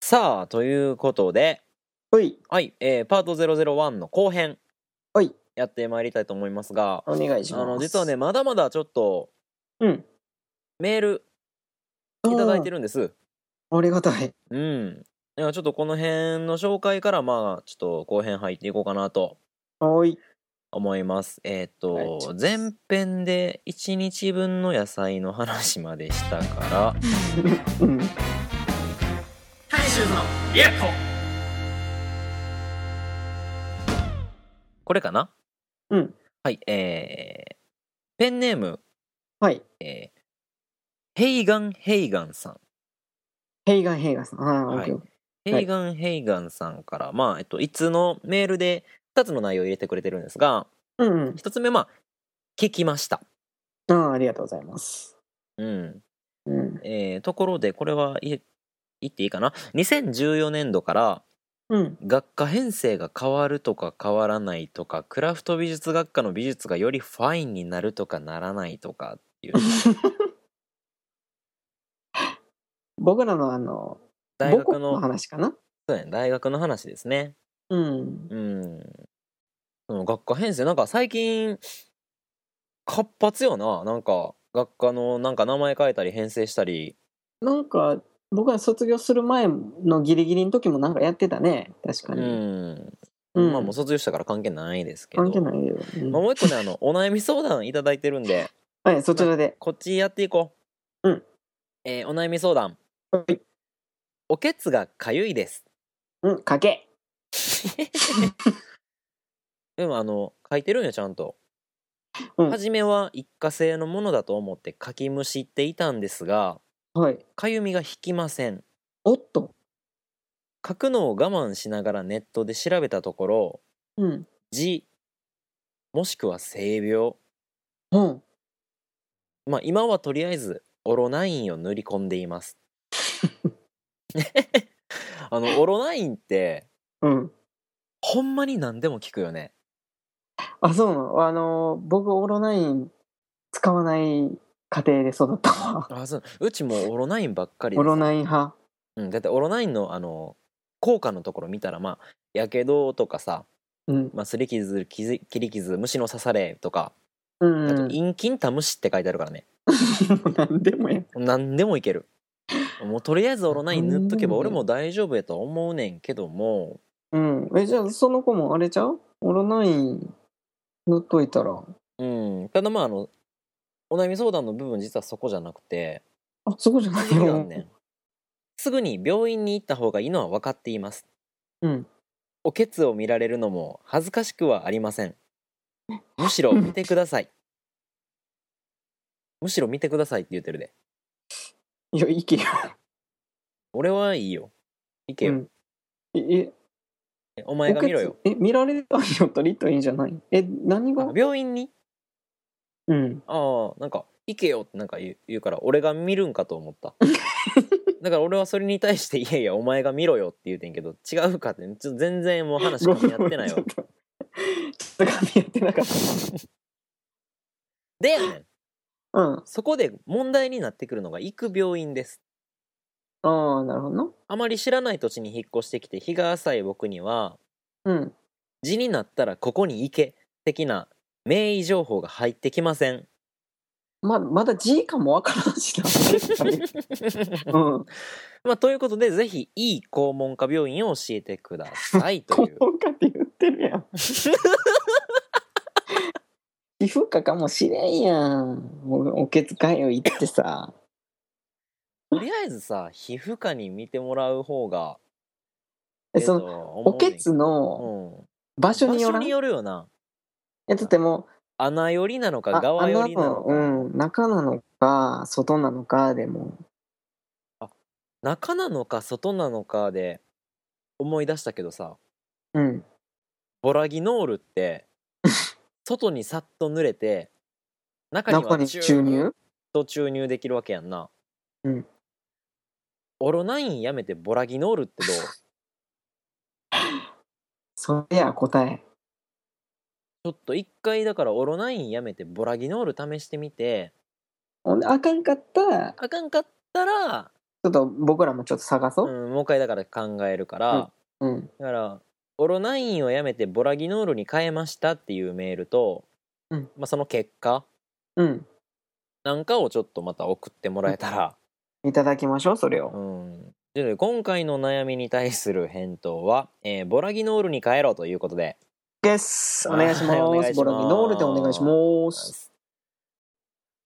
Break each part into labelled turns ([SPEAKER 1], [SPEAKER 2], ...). [SPEAKER 1] さあ、ということで、
[SPEAKER 2] ほい、
[SPEAKER 1] はい、えーパート001の後編、
[SPEAKER 2] ほい、
[SPEAKER 1] やってまいりたいと思いますが、
[SPEAKER 2] お願いし
[SPEAKER 1] あ
[SPEAKER 2] ます。
[SPEAKER 1] の、実はね、、まだまだちょっと
[SPEAKER 2] うん。
[SPEAKER 1] メールいただいてるんです。
[SPEAKER 2] あー。ありがたい。
[SPEAKER 1] うん。いやちょっとこの辺の紹介から、まあ、ちょっと後編入っていこうかなと
[SPEAKER 2] おい。
[SPEAKER 1] 思います。えっ、と、
[SPEAKER 2] はい
[SPEAKER 1] 前編で1日分の野菜の話までしたから、
[SPEAKER 2] うん。
[SPEAKER 1] これかな
[SPEAKER 2] うん。
[SPEAKER 1] はい、えー、ペンネーム、
[SPEAKER 2] はい。
[SPEAKER 1] えーヘイガン・ヘイガンさん。
[SPEAKER 2] ヘイガンヘイガンさん。ああ、
[SPEAKER 1] はい
[SPEAKER 2] オッケーオッケ
[SPEAKER 1] ヘイガン・ヘイガンさんから、まあ、えっと、いつのメールで2つの内容を入れてくれてるんですが、
[SPEAKER 2] ー。うんうん。
[SPEAKER 1] 1つ目、まあ、聞きました。
[SPEAKER 2] ああ、ありがとうございます。
[SPEAKER 1] うん。
[SPEAKER 2] うん。
[SPEAKER 1] えーところで、これは言え言っていいかな ?2014 年度から、
[SPEAKER 2] うん。
[SPEAKER 1] 学科編成が変わるとか変わらないとかクラフト美術学科の美術がよりファインになるとかならないとかっていう
[SPEAKER 2] 僕らのあの、
[SPEAKER 1] 大
[SPEAKER 2] 母
[SPEAKER 1] 学
[SPEAKER 2] 国の
[SPEAKER 1] の
[SPEAKER 2] 話かな
[SPEAKER 1] そうやね大学の話ですね
[SPEAKER 2] うん。
[SPEAKER 1] うんその学科編成なんか最近活発よななんか学科のなんか名前変えたり編成したり
[SPEAKER 2] なんか、僕ら卒業する前のギリギリの時もなんかやってたね。確か
[SPEAKER 1] う
[SPEAKER 2] に。
[SPEAKER 1] ん、
[SPEAKER 2] うん
[SPEAKER 1] まあもう卒業したから関係ないですけど
[SPEAKER 2] 関係ないよ。うん
[SPEAKER 1] まあ、もう一個ねあの お悩み相談いただいてるんで
[SPEAKER 2] はい、そちらで。
[SPEAKER 1] こっちやっていこう
[SPEAKER 2] うん
[SPEAKER 1] えーお悩み相談
[SPEAKER 2] はい。
[SPEAKER 1] おけつがかゆいです。
[SPEAKER 2] うん、かけ。
[SPEAKER 1] でもあの書いてるんよちゃんと。
[SPEAKER 2] うん
[SPEAKER 1] 初めは一過性のものだと思ってかきむしっていたんですが
[SPEAKER 2] はい。
[SPEAKER 1] かゆみが引きません。
[SPEAKER 2] おっと。
[SPEAKER 1] 書くのを我慢しながらネットで調べたところ
[SPEAKER 2] うん。
[SPEAKER 1] 痔もしくは性病
[SPEAKER 2] うん。
[SPEAKER 1] まあ今はとりあえずオロナインを塗り込んでい ます。 あのオロナインって
[SPEAKER 2] うん。
[SPEAKER 1] ほんまに何でも効くよね。
[SPEAKER 2] あ、そうなの。あの、僕、オロナイン使わない家庭で育ったわ。
[SPEAKER 1] あそううちもオロナインばっかりで
[SPEAKER 2] オ
[SPEAKER 1] さ
[SPEAKER 2] ロナイン派。
[SPEAKER 1] うん、だってオロナインのあの効果のところ見たらまあやけどとかさ、
[SPEAKER 2] うん。
[SPEAKER 1] まあ、すり傷傷切り傷虫の刺されとか、
[SPEAKER 2] うん、う
[SPEAKER 1] あと
[SPEAKER 2] ん。
[SPEAKER 1] 陰菌タムシって書いてあるからね
[SPEAKER 2] 何でもや。
[SPEAKER 1] 何でもいけるもうとりあえずオロナイン塗っとけば
[SPEAKER 2] うん
[SPEAKER 1] 俺も大丈夫やとは思うねんけども
[SPEAKER 2] うん。え、じゃあ、その子もあれちゃうオロナイン塗っといたら。
[SPEAKER 1] うんただまああのお悩み相談の部分実はそこじゃなく て
[SPEAKER 2] あ、そこじゃない
[SPEAKER 1] 次があ
[SPEAKER 2] よ
[SPEAKER 1] ん。ねんすぐに病院に行った方がいいのは分かっています
[SPEAKER 2] うん。
[SPEAKER 1] おけつを見られるのも恥ずかしくはありませんむしろ見てくださいむしろ見てくださいって言ってるで
[SPEAKER 2] いや、いけよ。
[SPEAKER 1] 俺はいいよ行けよ、
[SPEAKER 2] うんえ、
[SPEAKER 1] えお
[SPEAKER 2] え、
[SPEAKER 1] 前が見ろよ
[SPEAKER 2] おけつえ、見られたいよとりといいんじゃないえ、何
[SPEAKER 1] あ
[SPEAKER 2] が
[SPEAKER 1] 病院に
[SPEAKER 2] うん。
[SPEAKER 1] ああなんか行けよってなんか言う言うから俺が見るんかと思っただから俺はそれに対していやいやお前が見ろよって言うてんけど違うかってちょ全然もう話
[SPEAKER 2] ご
[SPEAKER 1] か
[SPEAKER 2] めん
[SPEAKER 1] み合ってない
[SPEAKER 2] ちょ
[SPEAKER 1] わ
[SPEAKER 2] っと、ちょっと髪やってなかっ
[SPEAKER 1] でやねん
[SPEAKER 2] た。うん。
[SPEAKER 1] そこで問題になってくるのが行く病院です
[SPEAKER 2] ああ、なるほどな。
[SPEAKER 1] あまり知らない土地に引っ越してきて日が浅い僕には
[SPEAKER 2] うん。
[SPEAKER 1] 地になったらここに行け的な名医情報が入ってきません
[SPEAKER 2] ままだ G かもわからんしな。 うん。
[SPEAKER 1] まあ、ということでぜひいい肛門科病院を教えてくださいと
[SPEAKER 2] 肛
[SPEAKER 1] いう
[SPEAKER 2] 門科って言ってるやん。皮膚科かもしれんやん。おおけつかよ行ってさ。
[SPEAKER 1] とりあえずさ皮膚科に見てもらう方が
[SPEAKER 2] えその
[SPEAKER 1] の
[SPEAKER 2] おけつ
[SPEAKER 1] う
[SPEAKER 2] の
[SPEAKER 1] ん、
[SPEAKER 2] 場
[SPEAKER 1] 場
[SPEAKER 2] 所
[SPEAKER 1] 所
[SPEAKER 2] によらん。
[SPEAKER 1] に
[SPEAKER 2] え
[SPEAKER 1] よるよな
[SPEAKER 2] だっても
[SPEAKER 1] 穴寄りなの
[SPEAKER 2] う、
[SPEAKER 1] か側寄
[SPEAKER 2] 穴
[SPEAKER 1] りなの
[SPEAKER 2] の、
[SPEAKER 1] か、
[SPEAKER 2] うん、中なのか、外なのかでも。
[SPEAKER 1] 中なのか外なのかで思い出したけどさ
[SPEAKER 2] うん。
[SPEAKER 1] ボラギノールって 外にさっと濡れて中に
[SPEAKER 2] 中
[SPEAKER 1] は
[SPEAKER 2] に注入
[SPEAKER 1] と注入できるわけやんな
[SPEAKER 2] うん
[SPEAKER 1] オロナインやめてボラギノールっ てどう
[SPEAKER 2] それや、答え。
[SPEAKER 1] ちょっと一回だからオロナインやめてボラギノール試してみて
[SPEAKER 2] ほんで、あかんかったら、
[SPEAKER 1] あかんかったら
[SPEAKER 2] ょっと僕らもちょっと探そう
[SPEAKER 1] う、ん、もう一回だから考えるから、
[SPEAKER 2] うん
[SPEAKER 1] だからオロナインをやめてボラギノールに変えましたっていうメールと、
[SPEAKER 2] うん
[SPEAKER 1] まあ、その結果
[SPEAKER 2] うん
[SPEAKER 1] なんかをちょっとまた送ってもらえたら、
[SPEAKER 2] いただきましょうそれを
[SPEAKER 1] うん、ということで今回の悩みに対する返答は、えーボラギノールに変えろということで
[SPEAKER 2] ですお願いしま
[SPEAKER 1] はい
[SPEAKER 2] す
[SPEAKER 1] お願いします
[SPEAKER 2] ボラギノールでお願いします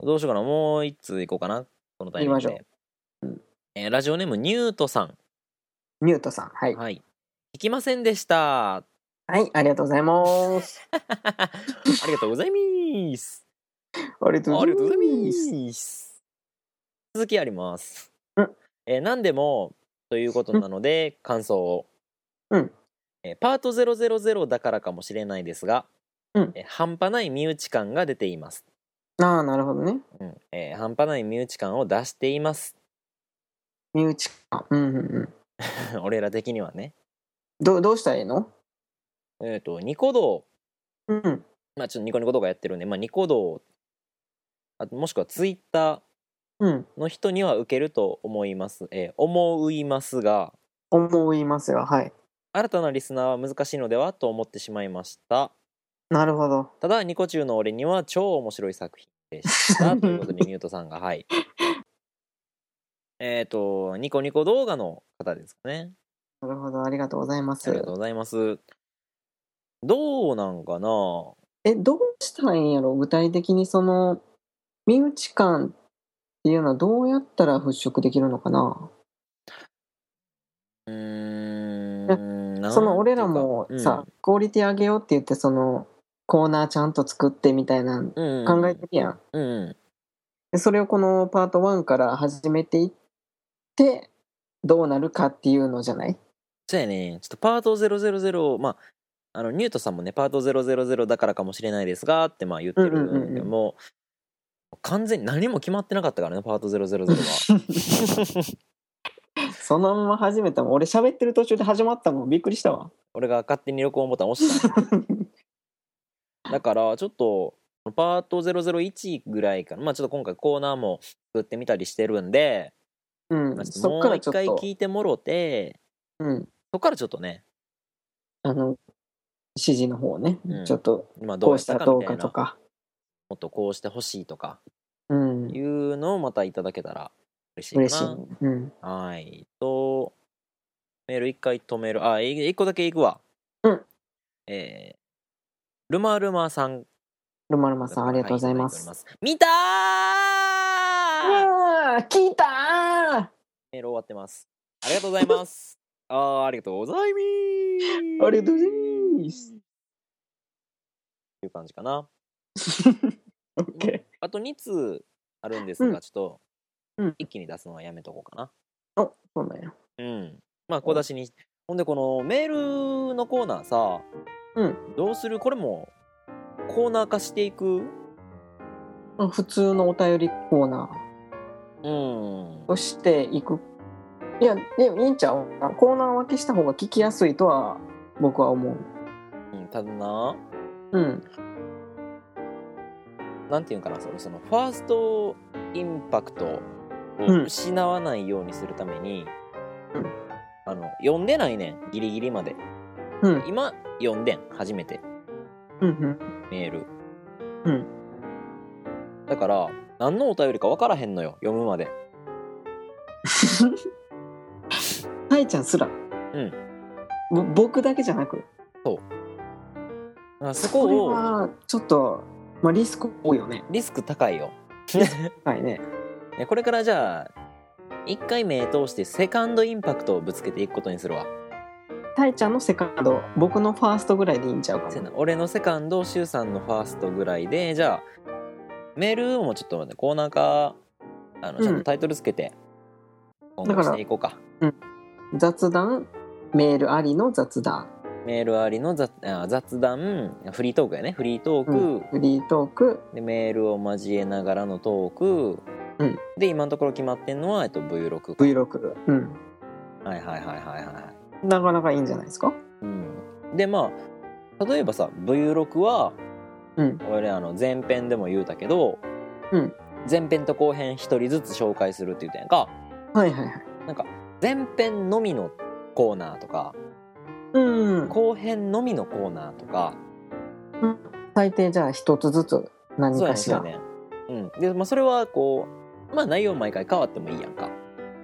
[SPEAKER 1] どうしようかなもう一通いこうかなこのタイミング
[SPEAKER 2] 行き
[SPEAKER 1] で、えーラジオネームニュートさん
[SPEAKER 2] ニュートさんはい
[SPEAKER 1] はい聞きませんでした
[SPEAKER 2] はいありがとうございます
[SPEAKER 1] ありがとうございます。
[SPEAKER 2] あり
[SPEAKER 1] あ
[SPEAKER 2] がとうご
[SPEAKER 1] りがとうご
[SPEAKER 2] ざ
[SPEAKER 1] ざ
[SPEAKER 2] い
[SPEAKER 1] い
[SPEAKER 2] ます
[SPEAKER 1] ます。続きあります。
[SPEAKER 2] うん
[SPEAKER 1] えー何でもということなので、感想を。
[SPEAKER 2] うん
[SPEAKER 1] えーパート000だからかもしれないですが、
[SPEAKER 2] うん
[SPEAKER 1] えー半端ない身内感が出ています、
[SPEAKER 2] ああなるほどね
[SPEAKER 1] うんえー半端ない身内感を出しています
[SPEAKER 2] 身内かうんうんうん
[SPEAKER 1] 俺ら的にはね
[SPEAKER 2] どうどうしたらいいの
[SPEAKER 1] えっ、とニコ動
[SPEAKER 2] うん
[SPEAKER 1] まあちょっとニコニコ動画やってるんで、まあ、ニコ動あともしくはツイッター
[SPEAKER 2] うん
[SPEAKER 1] の人には受けると思います、えー思いますが
[SPEAKER 2] 思いますよはい
[SPEAKER 1] 新たなリスナーは難しいのではと思ってしまいました
[SPEAKER 2] なるほど
[SPEAKER 1] ただニコ中の俺には超面白い作品でした ということでミュートさんがはいえっとニコニコ動画の方ですかね
[SPEAKER 2] なるほどありがとうございま
[SPEAKER 1] あ
[SPEAKER 2] す
[SPEAKER 1] りがとうございますどうなんかな
[SPEAKER 2] えどうしたらいいんやろ具体的にその身内感っていうのはどうやったら払拭できるのかな
[SPEAKER 1] うーんなんていうか
[SPEAKER 2] その俺らもさ、クオリティ上げようって言ってそのコーナーちゃんと作ってみたいなん
[SPEAKER 1] うんうん
[SPEAKER 2] 考えてるやん、
[SPEAKER 1] うんうん
[SPEAKER 2] でそれをこのパート1から始めていってどうなるかっていうのじゃない
[SPEAKER 1] そうやね。ちょっとパート000、まあ、あの、ニュートさんもね、パート000だからかもしれないですが、ってまあ言ってるんだけど、
[SPEAKER 2] うんうんうんうん
[SPEAKER 1] もう完全に何も決まってなかったからね、パート000は。
[SPEAKER 2] そのまま始めたもん俺喋ってる途中で始まったもんびっくりしたわ
[SPEAKER 1] 俺が勝手に録音ボタン押したの。だから、ちょっと、パート001ぐらいから、まあちょっと今回コーナーも作ってみたりしてるんで、
[SPEAKER 2] うん
[SPEAKER 1] まあちょっと
[SPEAKER 2] そ
[SPEAKER 1] も
[SPEAKER 2] っか
[SPEAKER 1] う
[SPEAKER 2] らちょ
[SPEAKER 1] 一
[SPEAKER 2] っと
[SPEAKER 1] 回聞いてもろて、
[SPEAKER 2] うん、
[SPEAKER 1] そっからちょっとね、
[SPEAKER 2] あの指示の方ね、
[SPEAKER 1] うん
[SPEAKER 2] ちょっと
[SPEAKER 1] まあど
[SPEAKER 2] こ
[SPEAKER 1] う
[SPEAKER 2] う
[SPEAKER 1] し
[SPEAKER 2] したた
[SPEAKER 1] か
[SPEAKER 2] ど
[SPEAKER 1] み
[SPEAKER 2] う
[SPEAKER 1] たいな、
[SPEAKER 2] かと
[SPEAKER 1] も
[SPEAKER 2] か
[SPEAKER 1] っとこうしてほしいとか、
[SPEAKER 2] うん
[SPEAKER 1] いうのをまたいただけたら嬉しいかな。
[SPEAKER 2] 嬉しい、うん、
[SPEAKER 1] はい。と、メール一回止める。あ、い一個だけいくわ。
[SPEAKER 2] うん。
[SPEAKER 1] えー、ルマルマさん。
[SPEAKER 2] ルマルマさんありがとうございます,、
[SPEAKER 1] はただいており見たー
[SPEAKER 2] あー聞いた
[SPEAKER 1] メール終わってます。ありがとうございます。 あーありがとうございます。
[SPEAKER 2] ありがとうございます
[SPEAKER 1] っていう感じかな。
[SPEAKER 2] ー OK
[SPEAKER 1] あと2通あるんですが、
[SPEAKER 2] うん
[SPEAKER 1] ちょ
[SPEAKER 2] う
[SPEAKER 1] っと
[SPEAKER 2] ん、
[SPEAKER 1] 一気に出すのはやめとこうかな。
[SPEAKER 2] おそうなんや
[SPEAKER 1] うん。まあ、小出しに。ほんで、このメールのコーナーさ、
[SPEAKER 2] うん
[SPEAKER 1] どうするこれもコーナー化していく
[SPEAKER 2] あ普通のお便りコーナ
[SPEAKER 1] うん
[SPEAKER 2] ー。をしていくいやでもいいんちゃうコーナー分けした方が聞きやすいとは僕は思う
[SPEAKER 1] ただな、
[SPEAKER 2] うん
[SPEAKER 1] なんていうんかな、その、その、ファーストインパクトを
[SPEAKER 2] うん
[SPEAKER 1] 失わないようにするために、
[SPEAKER 2] うん
[SPEAKER 1] あの、読んでないねん、ギリギリまで。
[SPEAKER 2] うん
[SPEAKER 1] 今、読んでん、初めて、
[SPEAKER 2] うんうん
[SPEAKER 1] メール。
[SPEAKER 2] うん
[SPEAKER 1] だから、何のお便りか分からへんのよ、読むまで。
[SPEAKER 2] たいちゃんすら
[SPEAKER 1] ん
[SPEAKER 2] ぼ僕だけじゃなく
[SPEAKER 1] あそ
[SPEAKER 2] これ
[SPEAKER 1] こを、
[SPEAKER 2] はちょっと、まあ、リスク多いよね
[SPEAKER 1] リスク高いよ。
[SPEAKER 2] はいね
[SPEAKER 1] ねこれからじゃあ一回目通してセカンドインパクトをぶつけていくことにするわ
[SPEAKER 2] たいちゃんのセカンド僕のファーストぐらいでいいんちゃうか
[SPEAKER 1] せや
[SPEAKER 2] な
[SPEAKER 1] な俺のセカンド柊さんのファーストぐらいでじゃあメールもちょっと待ってコーナーかあの
[SPEAKER 2] うん
[SPEAKER 1] ちゃんとタイトルつけて今後していこうか
[SPEAKER 2] 雑談メールありの雑談
[SPEAKER 1] メールありの雑あ雑談フリートークやねフリートーク、
[SPEAKER 2] うんフリートーク
[SPEAKER 1] でメールを交えながらのトーク、
[SPEAKER 2] うん
[SPEAKER 1] で今のところ決まってんのは、えっと、V6
[SPEAKER 2] Vlog、うん、
[SPEAKER 1] はいはいはいはいはい
[SPEAKER 2] なかなかいいんじゃないですか
[SPEAKER 1] うん、でまあ例えばさ V6 は、
[SPEAKER 2] うん
[SPEAKER 1] 俺あの前編でも言うたけど、
[SPEAKER 2] うん
[SPEAKER 1] 前編と後編一人ずつ紹介するって言うたやんか
[SPEAKER 2] はいはいはい
[SPEAKER 1] なんか前編のみのコーナーとか
[SPEAKER 2] うん
[SPEAKER 1] 後編のみのコーナーとか
[SPEAKER 2] 最低じゃあ一つずつ何
[SPEAKER 1] そうやね
[SPEAKER 2] か
[SPEAKER 1] ん
[SPEAKER 2] し
[SPEAKER 1] そう
[SPEAKER 2] ら
[SPEAKER 1] やねんうんで、まあ、それはこうまあ内容毎回変わってもいいやんか、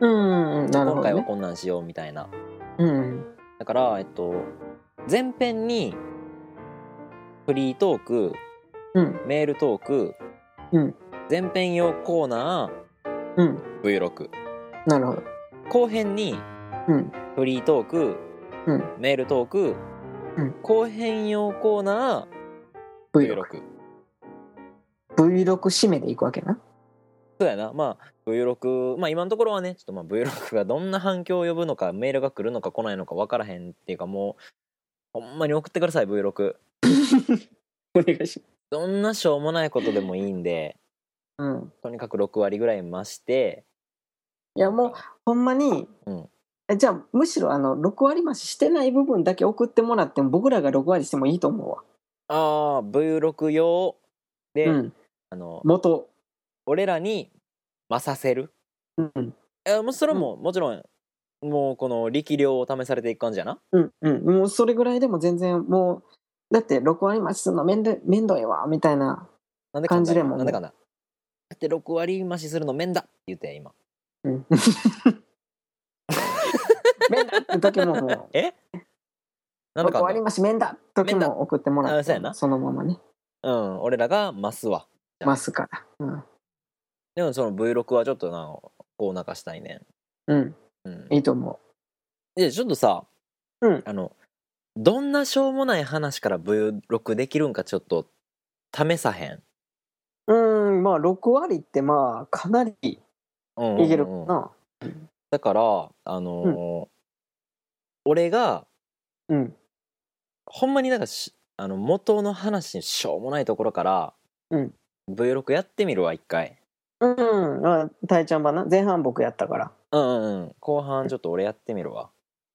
[SPEAKER 2] うんうんなる
[SPEAKER 1] 今
[SPEAKER 2] ほ
[SPEAKER 1] 回
[SPEAKER 2] ど
[SPEAKER 1] は
[SPEAKER 2] ね
[SPEAKER 1] こんなんしようみたいな
[SPEAKER 2] うん
[SPEAKER 1] だからえっと前編にフリートーク
[SPEAKER 2] うん
[SPEAKER 1] メールトーク、
[SPEAKER 2] うん
[SPEAKER 1] 前編用コーナ
[SPEAKER 2] うん
[SPEAKER 1] ー Vlog
[SPEAKER 2] なるほど
[SPEAKER 1] 後編に
[SPEAKER 2] うん
[SPEAKER 1] フリートーク、
[SPEAKER 2] うん
[SPEAKER 1] メールトーク、
[SPEAKER 2] うん
[SPEAKER 1] 後編用コーナー
[SPEAKER 2] Vlog
[SPEAKER 1] Vlog
[SPEAKER 2] Vlog 締めでいくわけな
[SPEAKER 1] そうやなまあ Vlog まあ今のところはねちょっとまあ Vlog がどんな反響を呼ぶのかメールが来るのか来ないのか分からへんっていうかもうほんまに送ってください Vlog
[SPEAKER 2] お願いし
[SPEAKER 1] どんなしょうもないことでもいいんで
[SPEAKER 2] ますうん
[SPEAKER 1] とにかく6割ぐらい増して
[SPEAKER 2] いやもうほんまに、
[SPEAKER 1] うん
[SPEAKER 2] えじゃあむしろあの6割増ししてない部分だけ送ってもらっても僕らが6割してもいいと思うわ、
[SPEAKER 1] ああ Vlog 用で、
[SPEAKER 2] うん
[SPEAKER 1] あの
[SPEAKER 2] 元
[SPEAKER 1] 俺らに勝せる
[SPEAKER 2] うん
[SPEAKER 1] えもうそれも、もちろんもうこの力量を試されていく感じやな
[SPEAKER 2] うんうんもうそれぐらいでも全然もうだって6割増しするのめんどいめんどいわみたいな
[SPEAKER 1] なんでかん
[SPEAKER 2] 感
[SPEAKER 1] だ
[SPEAKER 2] じ
[SPEAKER 1] 今
[SPEAKER 2] でも
[SPEAKER 1] なんでかんだだって6割増しするの面だって言って今
[SPEAKER 2] うん。面だって時もも
[SPEAKER 1] えなん
[SPEAKER 2] う、
[SPEAKER 1] で
[SPEAKER 2] 終
[SPEAKER 1] か
[SPEAKER 2] わり
[SPEAKER 1] ん
[SPEAKER 2] まし、面だ時
[SPEAKER 1] 面だ
[SPEAKER 2] も送ってもら
[SPEAKER 1] あ
[SPEAKER 2] っ
[SPEAKER 1] そう
[SPEAKER 2] て
[SPEAKER 1] やな、
[SPEAKER 2] そのままね、
[SPEAKER 1] だうん俺らが増すわ
[SPEAKER 2] ますから。うん、
[SPEAKER 1] でもその V6 はちょっとなこう泣かしたいね
[SPEAKER 2] うん、
[SPEAKER 1] んうん
[SPEAKER 2] いいと思
[SPEAKER 1] でちょっとさ、
[SPEAKER 2] うん
[SPEAKER 1] あのどんなしょうもない話から V6 できるんかちょっと試さへん
[SPEAKER 2] う。うん、まあ、6割って、まあ、かなりい
[SPEAKER 1] うんうんうん
[SPEAKER 2] けるかな。
[SPEAKER 1] だからあのー俺が
[SPEAKER 2] うん、
[SPEAKER 1] ほんまになんかしあの元の話にしょうもないところから、
[SPEAKER 2] うん
[SPEAKER 1] V6 やってみるわ一回
[SPEAKER 2] うん、あ、たいちゃんばな、前半僕やったから、
[SPEAKER 1] うんうんうん後半ちょっと俺やってみるわ、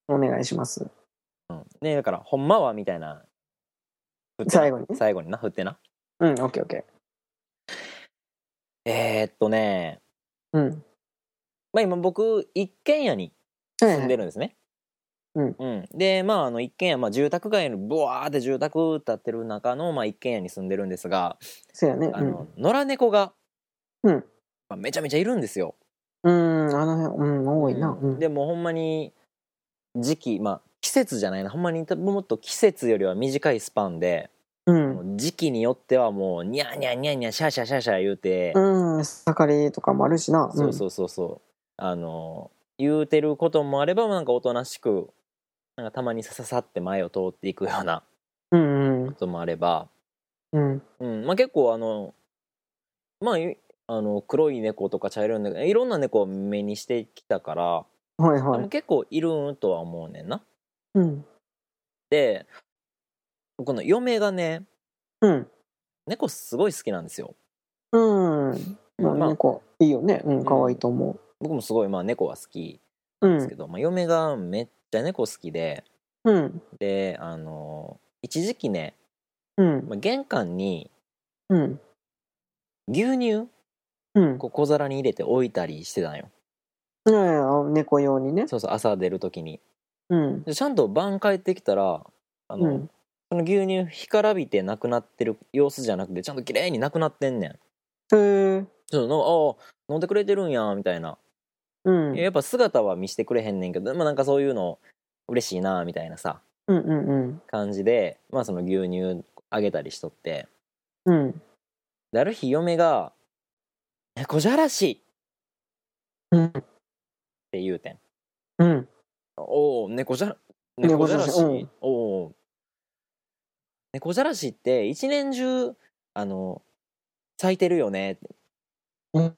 [SPEAKER 2] お願いします。
[SPEAKER 1] うん、ねだからほんまはみたいな振ってな
[SPEAKER 2] 最後にね。
[SPEAKER 1] 最後にな振ってな
[SPEAKER 2] うん、オッケー、オッケ
[SPEAKER 1] えー、っとね
[SPEAKER 2] ー。うん。
[SPEAKER 1] まあ今僕一軒家に
[SPEAKER 2] はい
[SPEAKER 1] 住
[SPEAKER 2] は
[SPEAKER 1] ん
[SPEAKER 2] い
[SPEAKER 1] でるんですね、
[SPEAKER 2] うん
[SPEAKER 1] でまああの一軒家、まあ、住宅街のブワーって住宅建ってる中の、まあ、一軒家に住んでるんですが
[SPEAKER 2] そうやね。
[SPEAKER 1] あの、野良猫が、
[SPEAKER 2] うん
[SPEAKER 1] まあ、めちゃめちゃいるんですよ
[SPEAKER 2] うん、うん、あの辺、うん、多いな。うん、
[SPEAKER 1] でもうほんまに時期まあ季節じゃないなほんまにもっと季節よりは短いスパンで、
[SPEAKER 2] うん、
[SPEAKER 1] 時期によってはもうニャーニャーニャーニャーシャーシャーシャーシャー言うて、
[SPEAKER 2] うん、盛りとかもあるしな。
[SPEAKER 1] そうそうそうそうあの言うてることもあればなんかおとなしくなんかたまにさささって前を通っていくような
[SPEAKER 2] うん。うん、う
[SPEAKER 1] こ
[SPEAKER 2] ん、
[SPEAKER 1] ともあれば、
[SPEAKER 2] うん。
[SPEAKER 1] うんまあ、結構あのまあいあの黒い猫とか茶色い猫いろんな猫を目にしてきたから、
[SPEAKER 2] はい
[SPEAKER 1] で
[SPEAKER 2] は
[SPEAKER 1] も
[SPEAKER 2] い。
[SPEAKER 1] 結構いるんとは思うねんな。
[SPEAKER 2] うん。
[SPEAKER 1] でこの嫁がね
[SPEAKER 2] うん。
[SPEAKER 1] 猫すごい好きなんですよ。
[SPEAKER 2] うん。まあ、
[SPEAKER 1] まあ
[SPEAKER 2] 猫、いいよね。うん、可愛いと思
[SPEAKER 1] 僕もすごいまあ猫は好き
[SPEAKER 2] う。う
[SPEAKER 1] です
[SPEAKER 2] ん
[SPEAKER 1] け。ど、まあ、嫁がめっちゃ猫好きで
[SPEAKER 2] うん。
[SPEAKER 1] であの一時期ね、
[SPEAKER 2] うん。
[SPEAKER 1] まあ、玄関に
[SPEAKER 2] うん。
[SPEAKER 1] 牛乳
[SPEAKER 2] うん。
[SPEAKER 1] こう小皿に入れて置いたりしてたんよ
[SPEAKER 2] ねえあ猫用にね。
[SPEAKER 1] そうそう朝出る時に
[SPEAKER 2] うん。
[SPEAKER 1] でちゃんと晩帰ってきたらあの、
[SPEAKER 2] うん
[SPEAKER 1] その牛乳干からびてなくなってる様子じゃなくてちゃんと綺麗になくなってんねん
[SPEAKER 2] へえ。
[SPEAKER 1] ちょっとああー飲んでくれてるんやみたいな
[SPEAKER 2] うん。
[SPEAKER 1] やっぱ姿は見せてくれへんねんけど、まあ、なんかそういうの嬉しいなみたいなさ
[SPEAKER 2] うんうんうん。
[SPEAKER 1] 感じで、まあ、その牛乳あげたりしとって
[SPEAKER 2] うん。
[SPEAKER 1] である日嫁が「猫じゃらし!」
[SPEAKER 2] うん。
[SPEAKER 1] って言うてん
[SPEAKER 2] うん。
[SPEAKER 1] 「おお猫じゃら猫
[SPEAKER 2] 猫
[SPEAKER 1] じゃ
[SPEAKER 2] じゃ
[SPEAKER 1] ら
[SPEAKER 2] ら
[SPEAKER 1] し
[SPEAKER 2] し
[SPEAKER 1] おおう猫じゃらしって一年中あの咲いてるよね」って
[SPEAKER 2] うん。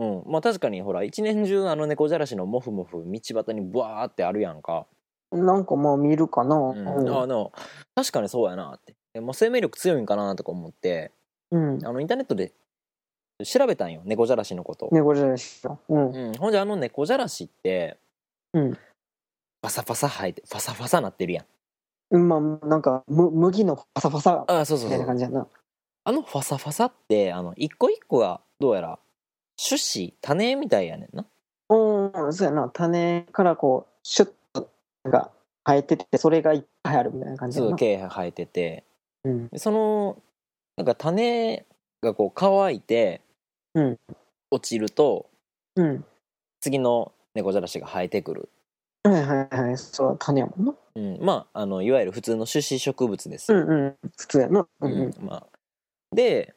[SPEAKER 1] うんまあ確かにほら一年中あの猫じゃらしのモフモフ道端にブワーってあるやんか、
[SPEAKER 2] なんかまあ見るかな。う
[SPEAKER 1] うん、ああ
[SPEAKER 2] ん。
[SPEAKER 1] でも確かにそうやなってでも生命力強いんかなとか思って
[SPEAKER 2] うん。
[SPEAKER 1] あのインターネットで調べたんよ猫じゃらしのこと、
[SPEAKER 2] 猫じゃらしだ。うん。
[SPEAKER 1] うん、ほんじゃあの猫じゃらしって、
[SPEAKER 2] うん
[SPEAKER 1] パサパサ生えてパサパサなってるやん
[SPEAKER 2] うんまあ、なんか、む、麦のパサパサ
[SPEAKER 1] あそうそ
[SPEAKER 2] み
[SPEAKER 1] うそ
[SPEAKER 2] たいな
[SPEAKER 1] う
[SPEAKER 2] 感じやな。
[SPEAKER 1] あのファサファサってあの一個一個がどうやら種子種みたいやねんな
[SPEAKER 2] うんうん、そうやな。種からこう、シュッと、なんか、生えてて、それがいっぱいあるみたいな感じや
[SPEAKER 1] そう
[SPEAKER 2] な。
[SPEAKER 1] 毛生えてて
[SPEAKER 2] うん。
[SPEAKER 1] でそのなんか種がこう乾いて、
[SPEAKER 2] うん
[SPEAKER 1] 落ちると
[SPEAKER 2] うん。
[SPEAKER 1] 次の猫じゃらしが生えてくる、
[SPEAKER 2] はいはいはい。それは種やもんな。
[SPEAKER 1] うん、まああのいわゆる普通の種子植物です
[SPEAKER 2] う
[SPEAKER 1] よ、
[SPEAKER 2] んうん。普通やな。うんうん。
[SPEAKER 1] うんまあ、で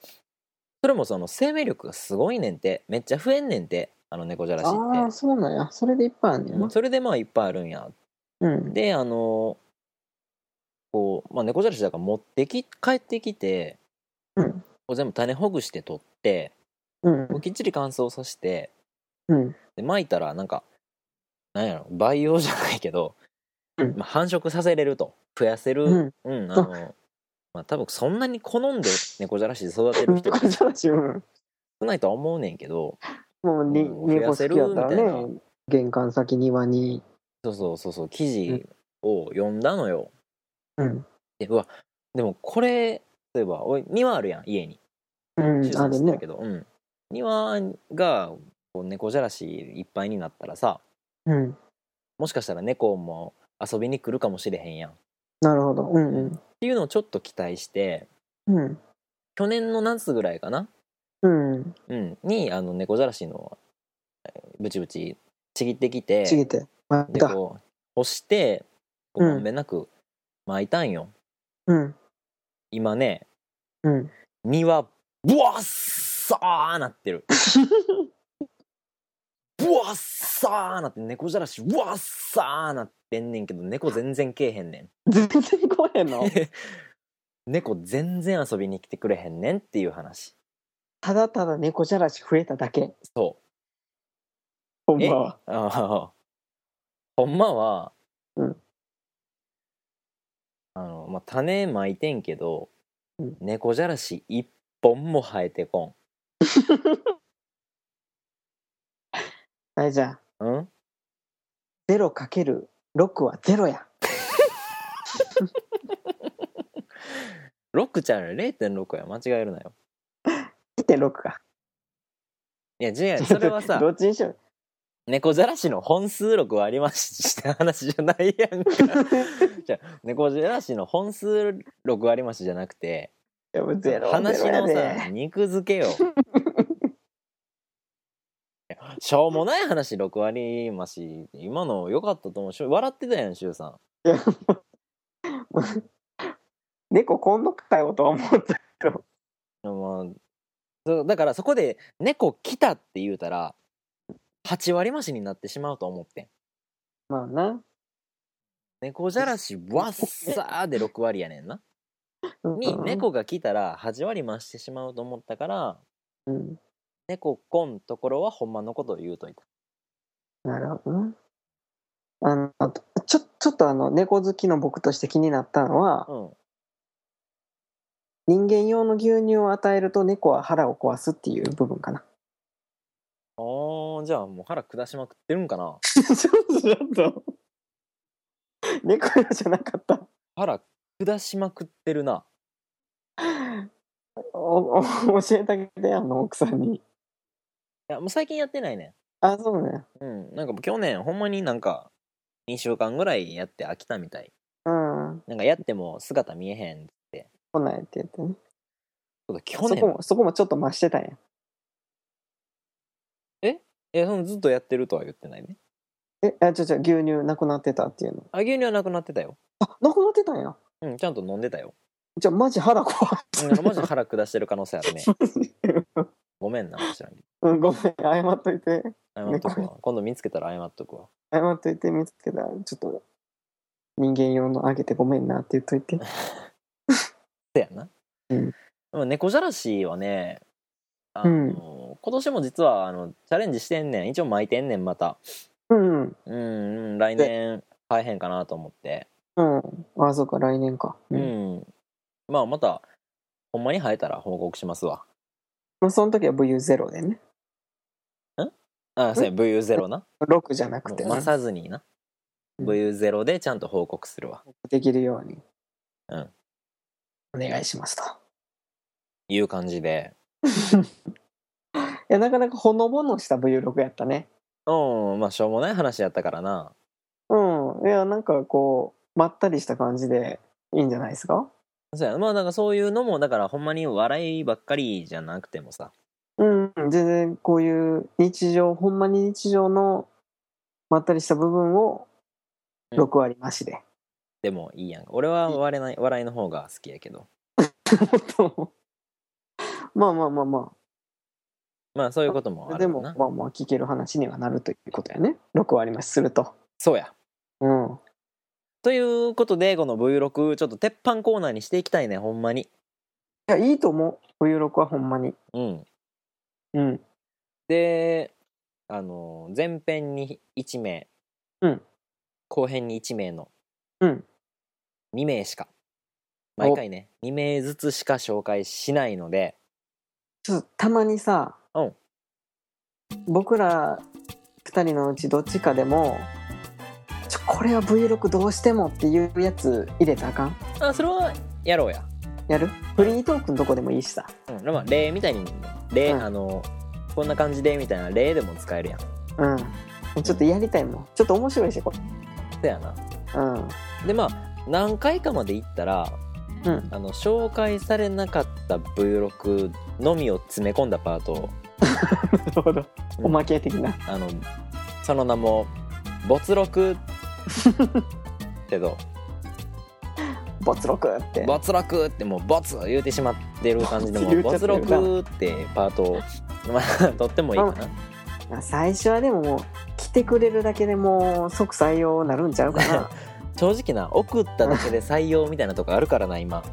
[SPEAKER 1] それもその生命力がすごいねんてめっちゃ増えんねんてあの猫じゃらし
[SPEAKER 2] ああ、
[SPEAKER 1] っ
[SPEAKER 2] そうなんや。それでいっぱいあるん
[SPEAKER 1] て
[SPEAKER 2] ねんな。
[SPEAKER 1] それでまあいっぱいあるんや
[SPEAKER 2] うん。
[SPEAKER 1] であのこう、まあ、猫じゃらしだから持ってき帰ってきて
[SPEAKER 2] うん。
[SPEAKER 1] こう全部種ほぐして取って
[SPEAKER 2] うん
[SPEAKER 1] こう。きっちり乾燥させて
[SPEAKER 2] うん。
[SPEAKER 1] で巻いたらなんかなんやろ培養じゃないけど、
[SPEAKER 2] うん
[SPEAKER 1] まあ、繁殖させれると増やせる、
[SPEAKER 2] う
[SPEAKER 1] うん
[SPEAKER 2] ん。
[SPEAKER 1] あのまあ多分そんなに好んで猫じゃらしで育てる人
[SPEAKER 2] 猫
[SPEAKER 1] が
[SPEAKER 2] じゃらし、うん。
[SPEAKER 1] 少ないとは思うねんけど
[SPEAKER 2] もうに、
[SPEAKER 1] うん
[SPEAKER 2] 猫好きやった
[SPEAKER 1] 増やせるみた
[SPEAKER 2] ら
[SPEAKER 1] い
[SPEAKER 2] ね。玄関先庭に。
[SPEAKER 1] そうそうそうそう記事を読んだのよ。
[SPEAKER 2] うん。
[SPEAKER 1] でうわでもこれ例えばおい庭あるやん家に。
[SPEAKER 2] うん。
[SPEAKER 1] 手
[SPEAKER 2] あ
[SPEAKER 1] 産
[SPEAKER 2] る
[SPEAKER 1] して
[SPEAKER 2] ね
[SPEAKER 1] た。けど、うん、庭がこう猫じゃらしいっぱいになったらさ
[SPEAKER 2] うん。
[SPEAKER 1] もしかしたら猫も遊びに来るかもしれへんやんっ
[SPEAKER 2] なるほど。うんうん。
[SPEAKER 1] ていうのをちょっと期待して
[SPEAKER 2] うん。
[SPEAKER 1] 去年の夏ぐらいかな、
[SPEAKER 2] うん。
[SPEAKER 1] うん、にあの猫じゃらしのえーブチブチちぎってきて
[SPEAKER 2] ちぎって。ま
[SPEAKER 1] で
[SPEAKER 2] た。
[SPEAKER 1] こう干してこう
[SPEAKER 2] うん
[SPEAKER 1] まんべんなく巻いたんよ、
[SPEAKER 2] うん。
[SPEAKER 1] 今ね
[SPEAKER 2] うん。
[SPEAKER 1] 庭ブワッサーなってるブワッサーなって猫じゃらしブワッサーなってんねんけど猫全然けえへんねん
[SPEAKER 2] 全然来へんの
[SPEAKER 1] 猫全然遊びに来てくれへんねんっていう話
[SPEAKER 2] ただただ猫じゃらし増えただけ
[SPEAKER 1] そ
[SPEAKER 2] ほんまは
[SPEAKER 1] うあーほんまは、
[SPEAKER 2] うん
[SPEAKER 1] あのまあ、種まいてんけど、
[SPEAKER 2] うん
[SPEAKER 1] 猫じゃらし一本も生えてこ
[SPEAKER 2] はいじゃあ
[SPEAKER 1] んうん
[SPEAKER 2] ゼロかける六はゼロや
[SPEAKER 1] 6ちゃうよ0.6や間違えるなよ
[SPEAKER 2] 一点六か
[SPEAKER 1] いや 違うそれはさ
[SPEAKER 2] どっちにしろ
[SPEAKER 1] 猫じゃらしの本数録はありますした話じゃないや んかじゃあ猫じゃらしの本数録ありますじゃなくて
[SPEAKER 2] いやもうゼロはゼロ
[SPEAKER 1] 話
[SPEAKER 2] や
[SPEAKER 1] の
[SPEAKER 2] で
[SPEAKER 1] さ肉付 けよいやしょうもない話6割増し今の良かったと思うし笑ってたやんしゅうさん
[SPEAKER 2] 猫こんのかよとは思ったけど
[SPEAKER 1] まあそうだからそこで「猫来た」って言うたら8割増しになってしまうと思ってん
[SPEAKER 2] まあな
[SPEAKER 1] 猫じゃらしわっさーで6割やねんな
[SPEAKER 2] うん
[SPEAKER 1] に猫が来たら8割増してしまうと思ったから
[SPEAKER 2] うん
[SPEAKER 1] 猫こんところはほんまのことを言うといた
[SPEAKER 2] なるほどなあのあとちょちょっとあの猫好きの僕として気になったのは
[SPEAKER 1] うん
[SPEAKER 2] 人間用の牛乳を与えると猫は腹を壊すっていう部分かな
[SPEAKER 1] あーじゃあもう腹下しまくってるんかな
[SPEAKER 2] ちょっとちょっと猫用じゃなかった
[SPEAKER 1] 腹下しまくってるな
[SPEAKER 2] おお教えてあげてあの奥さんに
[SPEAKER 1] いやもう最近やってないね
[SPEAKER 2] あそうね
[SPEAKER 1] うんなんかもう去年ほんまになんか2週間ぐらいやって飽きたみたい
[SPEAKER 2] うん
[SPEAKER 1] なんかやっても姿見えへんって
[SPEAKER 2] 来ないって言ってね
[SPEAKER 1] そうだ去
[SPEAKER 2] そこ
[SPEAKER 1] 年
[SPEAKER 2] もそこもちょっと増してたんや
[SPEAKER 1] いやそのずっとやってるとは言ってないね
[SPEAKER 2] えあちょちょ牛乳なくなってたっていうの
[SPEAKER 1] あ牛乳はなくなってたよ
[SPEAKER 2] あなくなってたんや
[SPEAKER 1] うんちゃんと飲んでたよ
[SPEAKER 2] じゃあマジ腹壊す
[SPEAKER 1] うんマジ腹下してる可能性あ るねごめんな知らんけど
[SPEAKER 2] うんごめん謝っといて
[SPEAKER 1] 謝っと くわ今度見つけたら謝っとくわ
[SPEAKER 2] 謝っといて見つけたらちょっと人間用のあげてごめんなって言っ といて
[SPEAKER 1] せやな、
[SPEAKER 2] うん
[SPEAKER 1] まあ猫じゃらしはねあの、今年も実はあのチャレンジしてんねん一応巻いてんねんまた
[SPEAKER 2] うんうん
[SPEAKER 1] うん、うん、来年生えへんかなと思って
[SPEAKER 2] うんあそうか来年か
[SPEAKER 1] う、
[SPEAKER 2] うん
[SPEAKER 1] まあまたほんまに生えたら報告しますわ
[SPEAKER 2] まあその時は VU0 でね
[SPEAKER 1] あそうや VU0 な
[SPEAKER 2] 6じゃなくて
[SPEAKER 1] まさずにな、
[SPEAKER 2] うん
[SPEAKER 1] VU0 でちゃんと報告するわ
[SPEAKER 2] できるように
[SPEAKER 1] うん
[SPEAKER 2] お願いします と
[SPEAKER 1] いう感じで
[SPEAKER 2] いやなかなかほのぼのした V6 やったね
[SPEAKER 1] うんまあしょうもない話やったからな
[SPEAKER 2] うん。いや、なんかこう、まったりした感じでいいんじゃないですか
[SPEAKER 1] そうやまあなんかそういうのもだからほんまに笑いばっかりじゃなくてもさ
[SPEAKER 2] うん。全然こういう日常、ほんまに日常のまったりした部分を
[SPEAKER 1] うん
[SPEAKER 2] 6割増しで。
[SPEAKER 1] でもいいやん俺は笑いない笑いの方が好きやけど
[SPEAKER 2] とまあまあまあま
[SPEAKER 1] まあそういうことも
[SPEAKER 2] あ。
[SPEAKER 1] あ
[SPEAKER 2] で
[SPEAKER 1] る
[SPEAKER 2] も
[SPEAKER 1] もな
[SPEAKER 2] まあまあ聞ける話にはなるということやね。6割増しすると。
[SPEAKER 1] そうや
[SPEAKER 2] うん。
[SPEAKER 1] ということでこの V6 ちょっと鉄板コーナーにしていきたいねほんまに
[SPEAKER 2] いや、いいと思う。冬6はほんまに。
[SPEAKER 1] うん
[SPEAKER 2] うん。
[SPEAKER 1] であの前編に1名、
[SPEAKER 2] うん
[SPEAKER 1] 後編に1名の
[SPEAKER 2] うん
[SPEAKER 1] 2名しか毎回ね2名ずつしか紹介しないので
[SPEAKER 2] ちょっとたまにさ、
[SPEAKER 1] うん
[SPEAKER 2] 僕ら2人のうちどっちかでもちょこれは V6 どうしてもっていうやつ入れたらあかん
[SPEAKER 1] あそれはやろうや、
[SPEAKER 2] やるフリートークのとこでもいいしさ
[SPEAKER 1] うん、まあ例みたいに例、
[SPEAKER 2] うん
[SPEAKER 1] あのこんな感じでみたいな例でも使えるやんそ
[SPEAKER 2] うんちょっとやりたいもんちょっと面白いしこれ
[SPEAKER 1] やな
[SPEAKER 2] うん
[SPEAKER 1] でまあ何回かまで行ったら
[SPEAKER 2] うん
[SPEAKER 1] あの紹介されなかった V6 のみを詰め込んだパートを
[SPEAKER 2] なるほどおまけ的な
[SPEAKER 1] あのその名も「没 録」けど
[SPEAKER 2] 没録っ
[SPEAKER 1] 「
[SPEAKER 2] て
[SPEAKER 1] 没録」ってもう「没」言うてしまってる感じでもう「
[SPEAKER 2] 没言う
[SPEAKER 1] 没
[SPEAKER 2] ちゃってるな
[SPEAKER 1] 録」ってパートを、まあ、 とってもいいかな
[SPEAKER 2] まあ最初はでももう来てくれるだけでもう即採用なるんちゃうかな
[SPEAKER 1] 正直な送っただけで採用みたいなとこあるからな今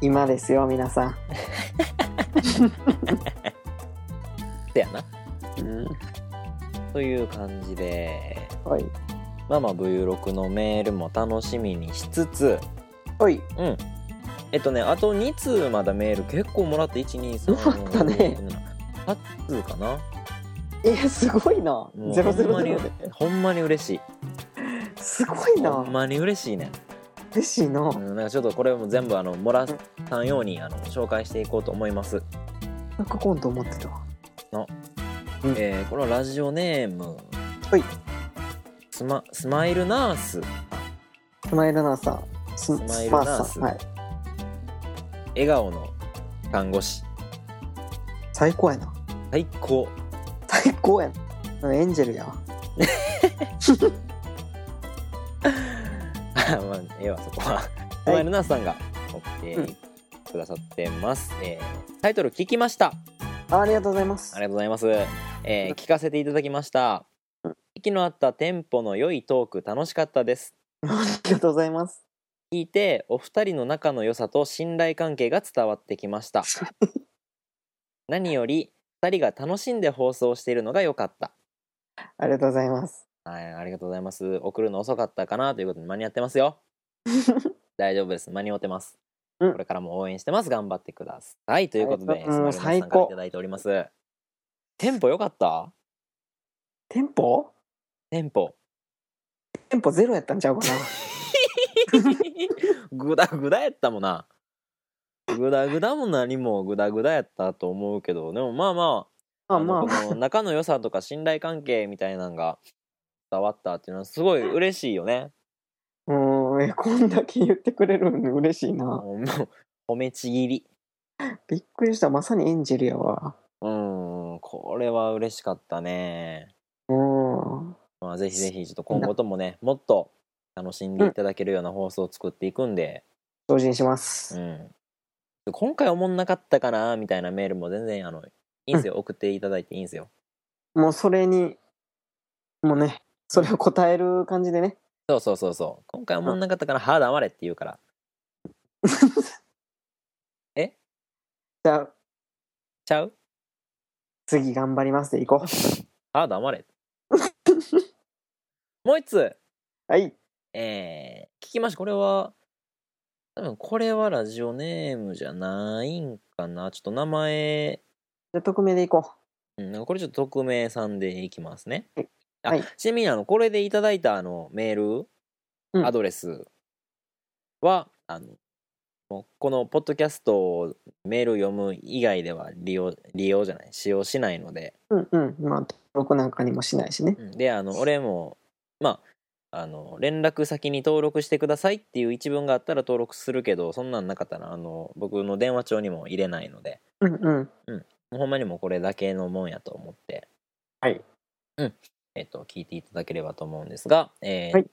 [SPEAKER 2] 今ですよ皆さ、
[SPEAKER 1] てやなん
[SPEAKER 2] うん、
[SPEAKER 1] という感じで
[SPEAKER 2] おい
[SPEAKER 1] まあまあ V6 のメールも楽しみにしつつ
[SPEAKER 2] おい
[SPEAKER 1] うん。えっとね、あと2通まだメール結構もらって、1、2、3、
[SPEAKER 2] もらったね
[SPEAKER 1] 4 5 6 7 8通かな。
[SPEAKER 2] いやすごいな
[SPEAKER 1] もう
[SPEAKER 2] ゼロゼ
[SPEAKER 1] ほ
[SPEAKER 2] ロ
[SPEAKER 1] んま
[SPEAKER 2] ゼ
[SPEAKER 1] に
[SPEAKER 2] ロです
[SPEAKER 1] ほんまに嬉しい。
[SPEAKER 2] すごい
[SPEAKER 1] ほん
[SPEAKER 2] な
[SPEAKER 1] まに嬉しいね。
[SPEAKER 2] 嬉しいな
[SPEAKER 1] うん、なんかちょっとこれも全部あのもらったんようにあの紹介していこうと思います。
[SPEAKER 2] なんかこんと思ってたわうん
[SPEAKER 1] えーこのラジオネーム。
[SPEAKER 2] はい。
[SPEAKER 1] スマスマイルナース
[SPEAKER 2] スマイルナーさんス
[SPEAKER 1] スマイル
[SPEAKER 2] まあ
[SPEAKER 1] ナース
[SPEAKER 2] さんはい
[SPEAKER 1] 笑顔の看護師
[SPEAKER 2] 最高やな
[SPEAKER 1] 最高
[SPEAKER 2] 最高やなエンジェルやわ
[SPEAKER 1] あまあええわそこはスマイルナースさんが送ってくださってます、えータイトル聞きました
[SPEAKER 2] ありがとうございます
[SPEAKER 1] ありがとうございます。えー聞かせていただきました。息の合ったテンポの良いトーク楽しかったです。
[SPEAKER 2] ありがとうございます
[SPEAKER 1] 聞いてお二人の仲の良さと信頼関係が伝わってきま した。何より二人が楽しんで放送しているのが良かった。
[SPEAKER 2] ありがとうございます
[SPEAKER 1] はい、ありがとうございます。送るの遅かったかなということで間に合ってますよ。大丈夫です。間に合ってます。
[SPEAKER 2] うん
[SPEAKER 1] これからも応援してます。頑張ってください。ということで、
[SPEAKER 2] ありがとうもう
[SPEAKER 1] スマイルナースさんからいただいております。テンポ良かった
[SPEAKER 2] テンポ
[SPEAKER 1] テン ポ。
[SPEAKER 2] テンポゼロやったんちゃうかな
[SPEAKER 1] グダグダやったもんなグダグダも何もグダグダやったと思うけどでもまあま あ
[SPEAKER 2] まあまあ
[SPEAKER 1] のこの仲の良さとか信頼関係みたいなのが伝わったっていうのはすごい嬉しいよね
[SPEAKER 2] うんえこんだけ言ってくれるの嬉しいな
[SPEAKER 1] もう褒めちぎり
[SPEAKER 2] びっくりしたまさにエンジェルやわ
[SPEAKER 1] うんこれは嬉しかったね
[SPEAKER 2] うん
[SPEAKER 1] まあぜひぜひちょっと今後ともねもっと楽しんでいただけるような放送を作っていくんで、
[SPEAKER 2] 精進します
[SPEAKER 1] うん、今回おもんなかったかなみたいなメールも全然あのいいんすよ、送っていただいていいんすよ
[SPEAKER 2] もうそれにもうねそれを答える感じ でね
[SPEAKER 1] そうそうそうそう。今回おもんなかったから、歯黙れって言うから。
[SPEAKER 2] じゃあ
[SPEAKER 1] ちゃう
[SPEAKER 2] 次頑張りますでいこう
[SPEAKER 1] 歯黙 れ。もう一つ、
[SPEAKER 2] はい
[SPEAKER 1] えー、聞きました。これは、多分これはラジオネームじゃないんかな。ちょっと名前、
[SPEAKER 2] じゃあ匿名でいこ
[SPEAKER 1] うん、なんかこれちょっと匿名さんでいきますね。あ、
[SPEAKER 2] はい
[SPEAKER 1] ちなみにあの、これでいただいたあのメール、
[SPEAKER 2] うん
[SPEAKER 1] アドレスは、あの、もうこのポッドキャストをメール読む以外では利用、利用じゃない、使用しないので、
[SPEAKER 2] う。うんうん。まあ、録なんかにもしないしね
[SPEAKER 1] うんであの俺もまああの連絡先に登録してくださいっていう一文があったら登録するけどそんなんなかったらあの僕の電話帳にも入れないので
[SPEAKER 2] うんうん
[SPEAKER 1] もうほんまにもうこれだけのもんやと思って
[SPEAKER 2] はい
[SPEAKER 1] うんえっと聞いていただければと思うんですが、えー
[SPEAKER 2] はい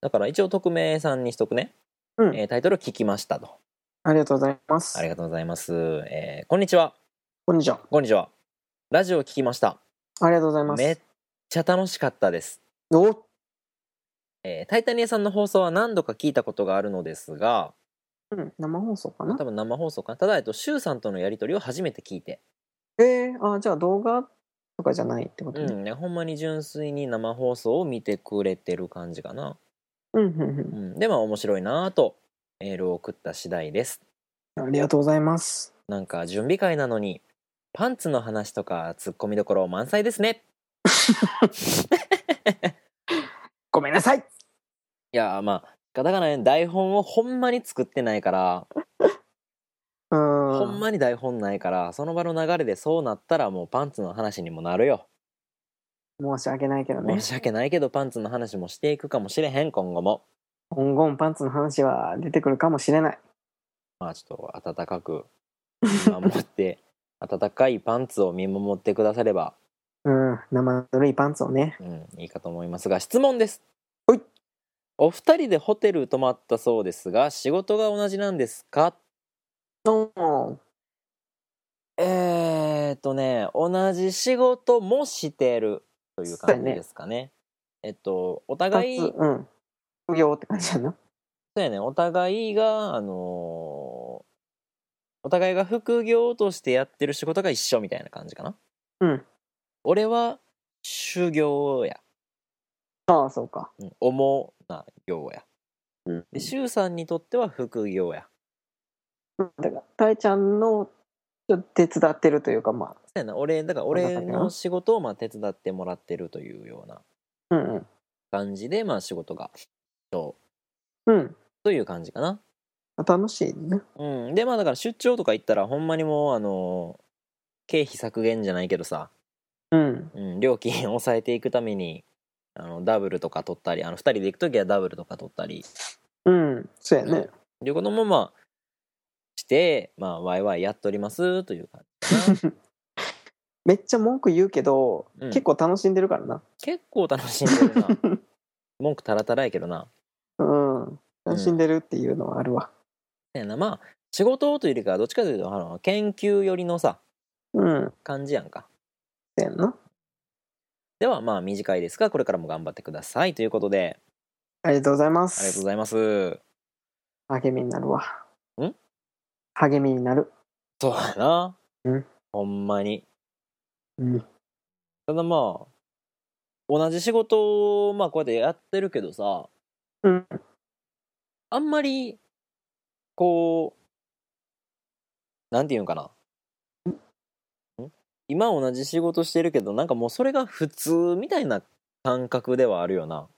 [SPEAKER 1] だから一応匿名さんにしとくね、
[SPEAKER 2] うん
[SPEAKER 1] えータイトル聞きましたと
[SPEAKER 2] ありがとうございます
[SPEAKER 1] ありがとうございます、えーこんにちは
[SPEAKER 2] こんにちは
[SPEAKER 1] こんにちはラジオ聞きました
[SPEAKER 2] ありがとうございます
[SPEAKER 1] めっちゃ楽しかったです
[SPEAKER 2] お
[SPEAKER 1] えータイタニアさんの放送は何度か聞いたことがあるのですが
[SPEAKER 2] うん、生放送かな
[SPEAKER 1] 多分生放送かなただ、えっと、シュウさんとのやり取りを初めて聞いて、
[SPEAKER 2] えー、あじゃあ動画とかじゃないってこと
[SPEAKER 1] う
[SPEAKER 2] ね、
[SPEAKER 1] んね、ほんまに純粋に生放送を見てくれてる感じかな、
[SPEAKER 2] うん、うんうん
[SPEAKER 1] うん、でまあ面白いなぁとメールを送った次第です
[SPEAKER 2] ありがとうございます
[SPEAKER 1] なんか準備会なのにパンツの話とかツッコミどころ満載ですね
[SPEAKER 2] ごめんなさい
[SPEAKER 1] いやーまあ仕方がない台本をほんまに作ってないから、
[SPEAKER 2] うん
[SPEAKER 1] ほんまに台本ないからその場の流れでそうなったらもうパンツの話にもなるよ
[SPEAKER 2] 申し訳ないけどね
[SPEAKER 1] 申し訳ないけどパンツの話もしていくかもしれへん今後も
[SPEAKER 2] 今後もパンツの話は出てくるかもしれない
[SPEAKER 1] まあちょっと温かく見守 って温かいパンツを見守ってくだされば、
[SPEAKER 2] うん生ぬるいパンツをね
[SPEAKER 1] うん、いいかと思いますが質問です
[SPEAKER 2] はい
[SPEAKER 1] お二人でホテル泊まったそうですが仕事が同じなんですか
[SPEAKER 2] お
[SPEAKER 1] えー、とね同じ仕事もしてるという感じですかねえっとお
[SPEAKER 2] パン
[SPEAKER 1] 互い
[SPEAKER 2] ツうん副業って感じやな
[SPEAKER 1] そうやねお互いがあのーお互いが副業としてやってる仕事が一緒みたいな感じかな
[SPEAKER 2] うん
[SPEAKER 1] 俺は修行や、
[SPEAKER 2] ああそうか
[SPEAKER 1] うん、主な業や
[SPEAKER 2] うん
[SPEAKER 1] で周さんにとっては副業や
[SPEAKER 2] だからたいちゃんのちょっと手伝ってるというかま
[SPEAKER 1] そうやな俺だから俺の仕事をまあ手伝ってもらってるというような
[SPEAKER 2] あうんうん
[SPEAKER 1] 感じでまあ仕事が
[SPEAKER 2] うん
[SPEAKER 1] という感じかな
[SPEAKER 2] 楽しいね
[SPEAKER 1] うんでまあだから出張とか行ったらほんまにもうあのー経費削減じゃないけどさ
[SPEAKER 2] うん
[SPEAKER 1] うん、料金を抑えていくためにあのダブルとか取ったりあの2人で行く時はダブルとか取ったり
[SPEAKER 2] うんそうやね
[SPEAKER 1] ということもまあしてまあワイワイやっておりますという感じかな
[SPEAKER 2] めっちゃ文句言うけど、
[SPEAKER 1] うん
[SPEAKER 2] 結構楽しんでるからな
[SPEAKER 1] 結構楽しんでるな 文句たらたらやけどな
[SPEAKER 2] うん楽しんでるっていうのはあるわ
[SPEAKER 1] せやなまあ仕事というよりかはどっちかというとあの研究寄りのさ
[SPEAKER 2] うんそ
[SPEAKER 1] 感じやんか
[SPEAKER 2] うやんな
[SPEAKER 1] ではまあ短いですがこれからも頑張ってくださいということで
[SPEAKER 2] ありがとうございま
[SPEAKER 1] ありがとう
[SPEAKER 2] す
[SPEAKER 1] ございます
[SPEAKER 2] 励みになるわ
[SPEAKER 1] ん
[SPEAKER 2] 励みになる
[SPEAKER 1] そうやな、
[SPEAKER 2] うん
[SPEAKER 1] ほんまに
[SPEAKER 2] うん
[SPEAKER 1] ただまあ同じ仕事をまあこうやってやってるけどさ
[SPEAKER 2] うん
[SPEAKER 1] あんまりこうなんていうんかなん今同じ仕事してるけどなんかもうそれが普通みたいな感覚ではあるよな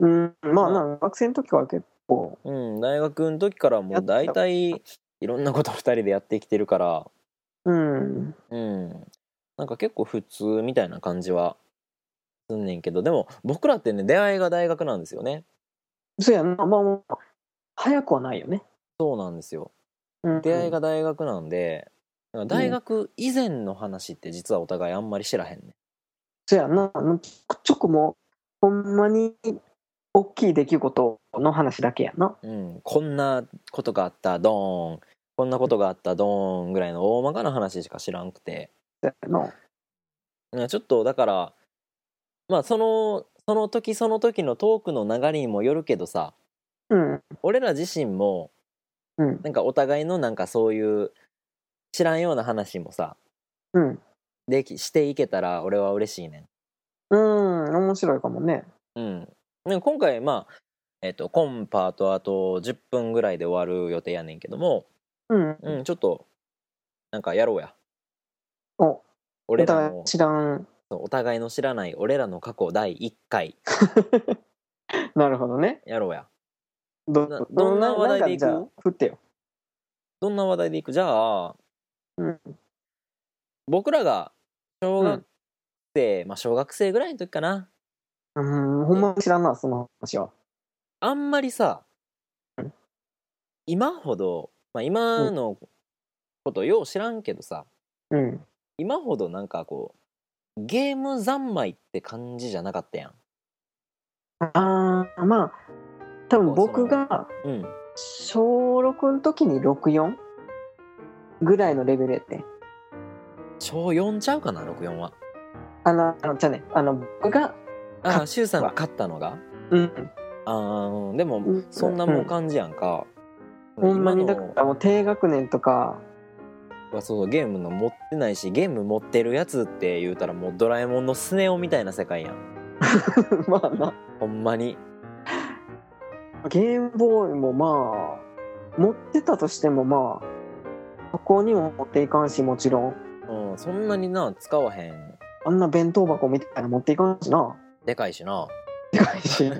[SPEAKER 2] うんまあな学生の時は結構
[SPEAKER 1] うん大学の時からもう大体いろんなこと二人でやってきてるから
[SPEAKER 2] うん
[SPEAKER 1] うんなんか結構普通みたいな感じはすんねんけどでも僕らってね出会いが大学なんですよね
[SPEAKER 2] そうやなまあまあ早くはないよね、
[SPEAKER 1] そうなんですよ
[SPEAKER 2] うん、
[SPEAKER 1] 出会いが大学なんで、なんか大学以前の話って実はお互いあんまり知らへんね、
[SPEAKER 2] そうやなあのちょくちょくもうほんまに大きい出来事の話だけやな
[SPEAKER 1] うん、こんなことがあったドーンこんなことがあったドーンぐらいの大まかな話しか知らんくて
[SPEAKER 2] そうやな
[SPEAKER 1] うんちょっとだからまあそのその時その時のトークの流れにもよるけどさ
[SPEAKER 2] うん
[SPEAKER 1] 俺ら自身も
[SPEAKER 2] うん
[SPEAKER 1] なんかお互いのなんかそういう知らんような話もさ
[SPEAKER 2] うん
[SPEAKER 1] できしていけたら俺は嬉しいねん
[SPEAKER 2] うん面白いかもね
[SPEAKER 1] うん、なんか今回まあ、えっとコンパとあと10分ぐらいで終わる予定やねんけども、
[SPEAKER 2] うん、
[SPEAKER 1] うん、ちょっとなんかやろうや
[SPEAKER 2] お
[SPEAKER 1] 俺ら
[SPEAKER 2] お互
[SPEAKER 1] の
[SPEAKER 2] い知らん
[SPEAKER 1] そうお互いの知らない俺らの過去第1回
[SPEAKER 2] なるほどね
[SPEAKER 1] やろうや
[SPEAKER 2] ど
[SPEAKER 1] などんな話題でいく
[SPEAKER 2] なんかじゃあ振ってよ
[SPEAKER 1] どんな話題でいくじゃあ、
[SPEAKER 2] うん
[SPEAKER 1] 僕らが小学生、まあ、小学生ぐらいの時かな
[SPEAKER 2] うん、ほんま知らんな、その話は。
[SPEAKER 1] あんまりさ
[SPEAKER 2] うん
[SPEAKER 1] 今ほど、まあ、今のことよう知らんけどさ
[SPEAKER 2] うん。
[SPEAKER 1] 今ほどなんかこうゲーム三昧って感じじゃなかったやん。
[SPEAKER 2] ああ、まあ、多分僕が
[SPEAKER 1] うん、
[SPEAKER 2] 小6の時に64ぐらいのレベルやってん。
[SPEAKER 1] 小4ちゃうかな64は。
[SPEAKER 2] あの、あの、じゃあね、あの、僕が、
[SPEAKER 1] あ
[SPEAKER 2] 勝
[SPEAKER 1] あ柊さんが勝ったのが
[SPEAKER 2] うん。
[SPEAKER 1] あーでも
[SPEAKER 2] うん
[SPEAKER 1] そんなもん感じやんか。
[SPEAKER 2] ほんまに
[SPEAKER 1] 今
[SPEAKER 2] だか
[SPEAKER 1] の
[SPEAKER 2] らもう低学年とか
[SPEAKER 1] はそうゲームの持ってないしゲーム持ってるやつって言うたらもうドラえもんのスネ夫みたいな世界やん
[SPEAKER 2] まあな
[SPEAKER 1] ほんまに
[SPEAKER 2] ゲームボーイもまあ持ってたとしてもまあそこにも持っていかんしもちろん
[SPEAKER 1] うん、そんなにな使わへん
[SPEAKER 2] あんな弁当箱みたいなの持っていかん しな
[SPEAKER 1] でかいしな
[SPEAKER 2] でかいし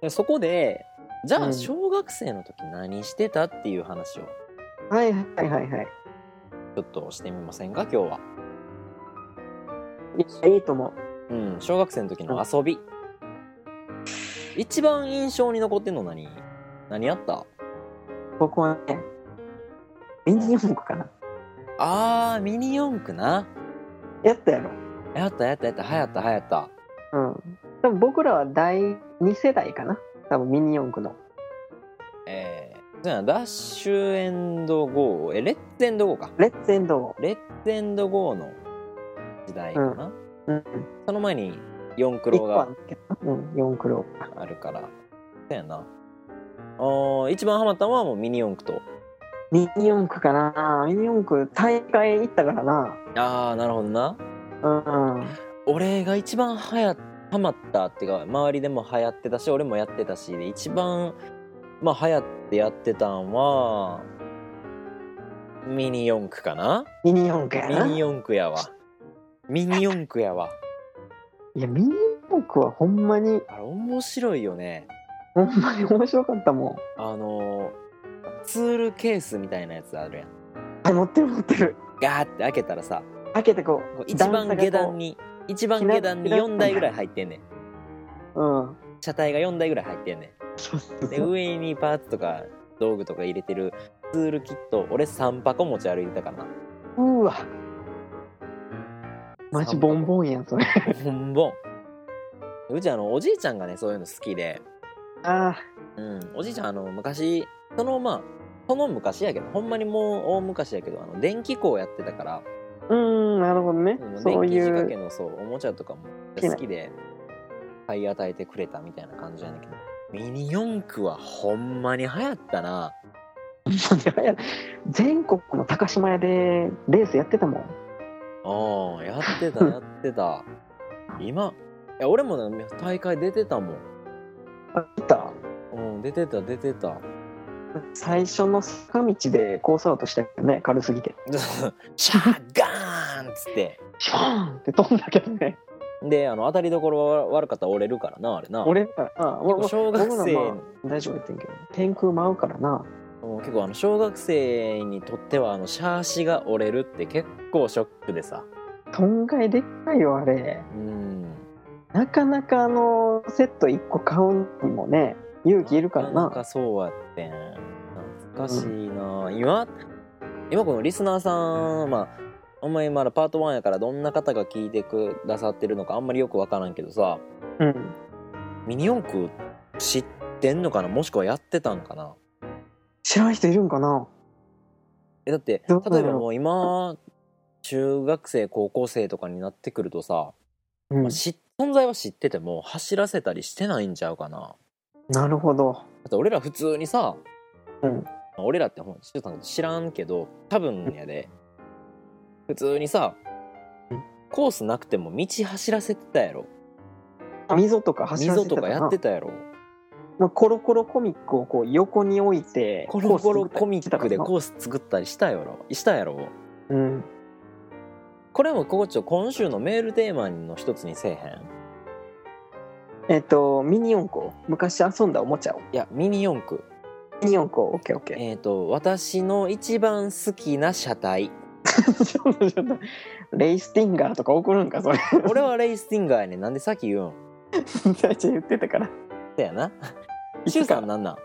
[SPEAKER 1] でそこでじゃ
[SPEAKER 2] う
[SPEAKER 1] あ
[SPEAKER 2] ん
[SPEAKER 1] 小学生の時何してたっていう話を
[SPEAKER 2] はいはいはいはい
[SPEAKER 1] ちょっとしてみませんか今日はい
[SPEAKER 2] やいいと思う
[SPEAKER 1] うん小学生の時の遊び一番印象に残ってんの何何やった
[SPEAKER 2] 僕はねミニ四駆かな
[SPEAKER 1] あーミニ四駆な
[SPEAKER 2] やったやろ
[SPEAKER 1] やったやったやったはやったはやった
[SPEAKER 2] うん多分僕らは第2世代かな多分ミニ四駆の
[SPEAKER 1] えー、じゃあダッシュエンドゴーえレッツエンドゴーか
[SPEAKER 2] レッツエンド
[SPEAKER 1] レッツエンドゴーの時代かな、
[SPEAKER 2] うん
[SPEAKER 1] その前に四駆
[SPEAKER 2] 1
[SPEAKER 1] 郎
[SPEAKER 2] 個あ
[SPEAKER 1] が
[SPEAKER 2] るけどうん四クロ
[SPEAKER 1] あるからそうやなあー一番ハマったのはもうミニ四駆と
[SPEAKER 2] ミニ四駆かなミニ四駆大会行ったからな
[SPEAKER 1] ああなるほどな
[SPEAKER 2] うん
[SPEAKER 1] 俺が一番はやハマったっていうか周りでも流行ってたし俺もやってたしで一番まあ流行ってやってたんはミニ四駆かな
[SPEAKER 2] ミニ四駆やな
[SPEAKER 1] ミニ四駆やわミニ四駆やわ
[SPEAKER 2] いやミニ四駆はほんまに
[SPEAKER 1] あれ面白いよね
[SPEAKER 2] ほんまに面白かったもん
[SPEAKER 1] あのツールケースみたいなやつあるやん
[SPEAKER 2] あ乗ってる乗ってる
[SPEAKER 1] ガーって開けたらさ
[SPEAKER 2] 開けてこ
[SPEAKER 1] こう
[SPEAKER 2] う
[SPEAKER 1] 一番下段
[SPEAKER 2] に
[SPEAKER 1] に一番下段に
[SPEAKER 2] ひなひな
[SPEAKER 1] 4台ぐらい入ってんねん
[SPEAKER 2] うん
[SPEAKER 1] 車体が4台ぐらい入ってんね
[SPEAKER 2] そうそうん
[SPEAKER 1] で上にパーツとか道具とか入れてるツールキット俺3箱持ち歩いてたからな
[SPEAKER 2] うわマジボン
[SPEAKER 1] ン
[SPEAKER 2] ボンやんそれ
[SPEAKER 1] ボンボンうちあのおじいちゃんがねそういうの好きで、
[SPEAKER 2] あ
[SPEAKER 1] うん、おじいちゃんあの昔そのまあその昔やけどほんまにもう大昔やけどあの電気工やってたから
[SPEAKER 2] ーうんなるほどね
[SPEAKER 1] うん
[SPEAKER 2] そう
[SPEAKER 1] 電気仕
[SPEAKER 2] い
[SPEAKER 1] 掛け
[SPEAKER 2] う
[SPEAKER 1] のそうおもちゃとかも好きで買い与えてくれたみたいな感じなんだけどミニ四駆はほんまに流行ったな
[SPEAKER 2] 全国の高島屋でレースやってたもん
[SPEAKER 1] うんやって たやってた今いや俺もね大会出てたもん、
[SPEAKER 2] あった
[SPEAKER 1] うん、出てた出てた
[SPEAKER 2] 最初の坂道でコースアウトしたけどね軽すぎて
[SPEAKER 1] シャーガーンっつって
[SPEAKER 2] ショーンって飛んだけどね
[SPEAKER 1] であの当たりどころは悪かったら折れるからなあれな
[SPEAKER 2] 俺らあ
[SPEAKER 1] 結構小学
[SPEAKER 2] 僕
[SPEAKER 1] 生、
[SPEAKER 2] らまあ大丈夫やってんけど天空舞うからな
[SPEAKER 1] うん結構あの小学生にとってはあのシャーシが折れるって結構ショックでさ
[SPEAKER 2] とんがいでっかいよあれ
[SPEAKER 1] うん
[SPEAKER 2] なかなかあのセット1個買うにもね勇気いるから
[SPEAKER 1] なん
[SPEAKER 2] な
[SPEAKER 1] かそうやってん懐かしいな、今今このリスナーさんまああんまりまだパート1やからどんな方が聞いてくださってるのかあんまりよくわからんけどさ
[SPEAKER 2] うん
[SPEAKER 1] ミニ四駆知ってんのかなもしくはやってたんかな
[SPEAKER 2] 知らん人いるんかな
[SPEAKER 1] えだって
[SPEAKER 2] どうだろ
[SPEAKER 1] 例
[SPEAKER 2] う
[SPEAKER 1] えばもう今中学生高校生とかになってくるとさ、
[SPEAKER 2] うん
[SPEAKER 1] まあ、知存在は知ってても走らせたりしてないんちゃうかな
[SPEAKER 2] なるほど
[SPEAKER 1] だって俺ら普通にさ、
[SPEAKER 2] うん
[SPEAKER 1] まあ俺らってほん柊さんのこと知らんけど多分やで普通にさ
[SPEAKER 2] うん
[SPEAKER 1] コースなくても道走らせてたやろ
[SPEAKER 2] 溝とか走らせ
[SPEAKER 1] 溝と
[SPEAKER 2] てた
[SPEAKER 1] かやってたやろ
[SPEAKER 2] まあコロコロコミックをこう横に置いて
[SPEAKER 1] コロコロコミックで
[SPEAKER 2] こ
[SPEAKER 1] コース作ったりしたやろしたやろ
[SPEAKER 2] ううん
[SPEAKER 1] これもここちょ今週のメールテーマの一つにせえへん
[SPEAKER 2] えっとミニ四駆昔遊んだおもちゃを
[SPEAKER 1] いやミニ四駆
[SPEAKER 2] ミニ四駆オッケーオッケー
[SPEAKER 1] えっ、と私の一番好きな車体
[SPEAKER 2] ちょっとちょっとレイスティンガーとか送るんかそれ
[SPEAKER 1] 俺はレイスティンガーやねんなんでさっき言うん
[SPEAKER 2] 大ちゃん言ってたから
[SPEAKER 1] だよな
[SPEAKER 2] 一
[SPEAKER 1] シュウ
[SPEAKER 2] 緒
[SPEAKER 1] さ
[SPEAKER 2] か
[SPEAKER 1] んなんなん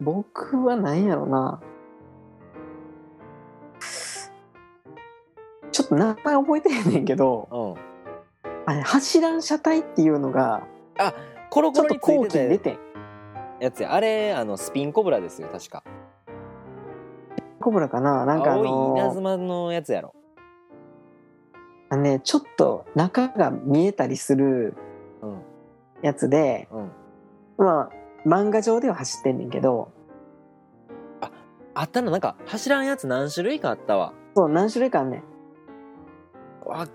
[SPEAKER 2] 僕は何やろなちょっと名前覚えてへんねんけど
[SPEAKER 1] うん
[SPEAKER 2] あれ走らん車体っていうのが
[SPEAKER 1] コロ
[SPEAKER 2] ち
[SPEAKER 1] コ
[SPEAKER 2] ょっ
[SPEAKER 1] ロ
[SPEAKER 2] と
[SPEAKER 1] につい
[SPEAKER 2] 後期に
[SPEAKER 1] て
[SPEAKER 2] 出
[SPEAKER 1] た
[SPEAKER 2] てん
[SPEAKER 1] やつやあれあのスピンコブラですよ確か
[SPEAKER 2] コブラかななんかあ
[SPEAKER 1] 青い稲
[SPEAKER 2] の
[SPEAKER 1] 妻のやつやろ
[SPEAKER 2] あのねちょっと中が見えたりする
[SPEAKER 1] うん
[SPEAKER 2] やつで、
[SPEAKER 1] うん
[SPEAKER 2] まあ漫画上では走ってんねんけど
[SPEAKER 1] あったななんか走らんやつ何種類かあったわ
[SPEAKER 2] そう何種類かあんねん
[SPEAKER 1] わ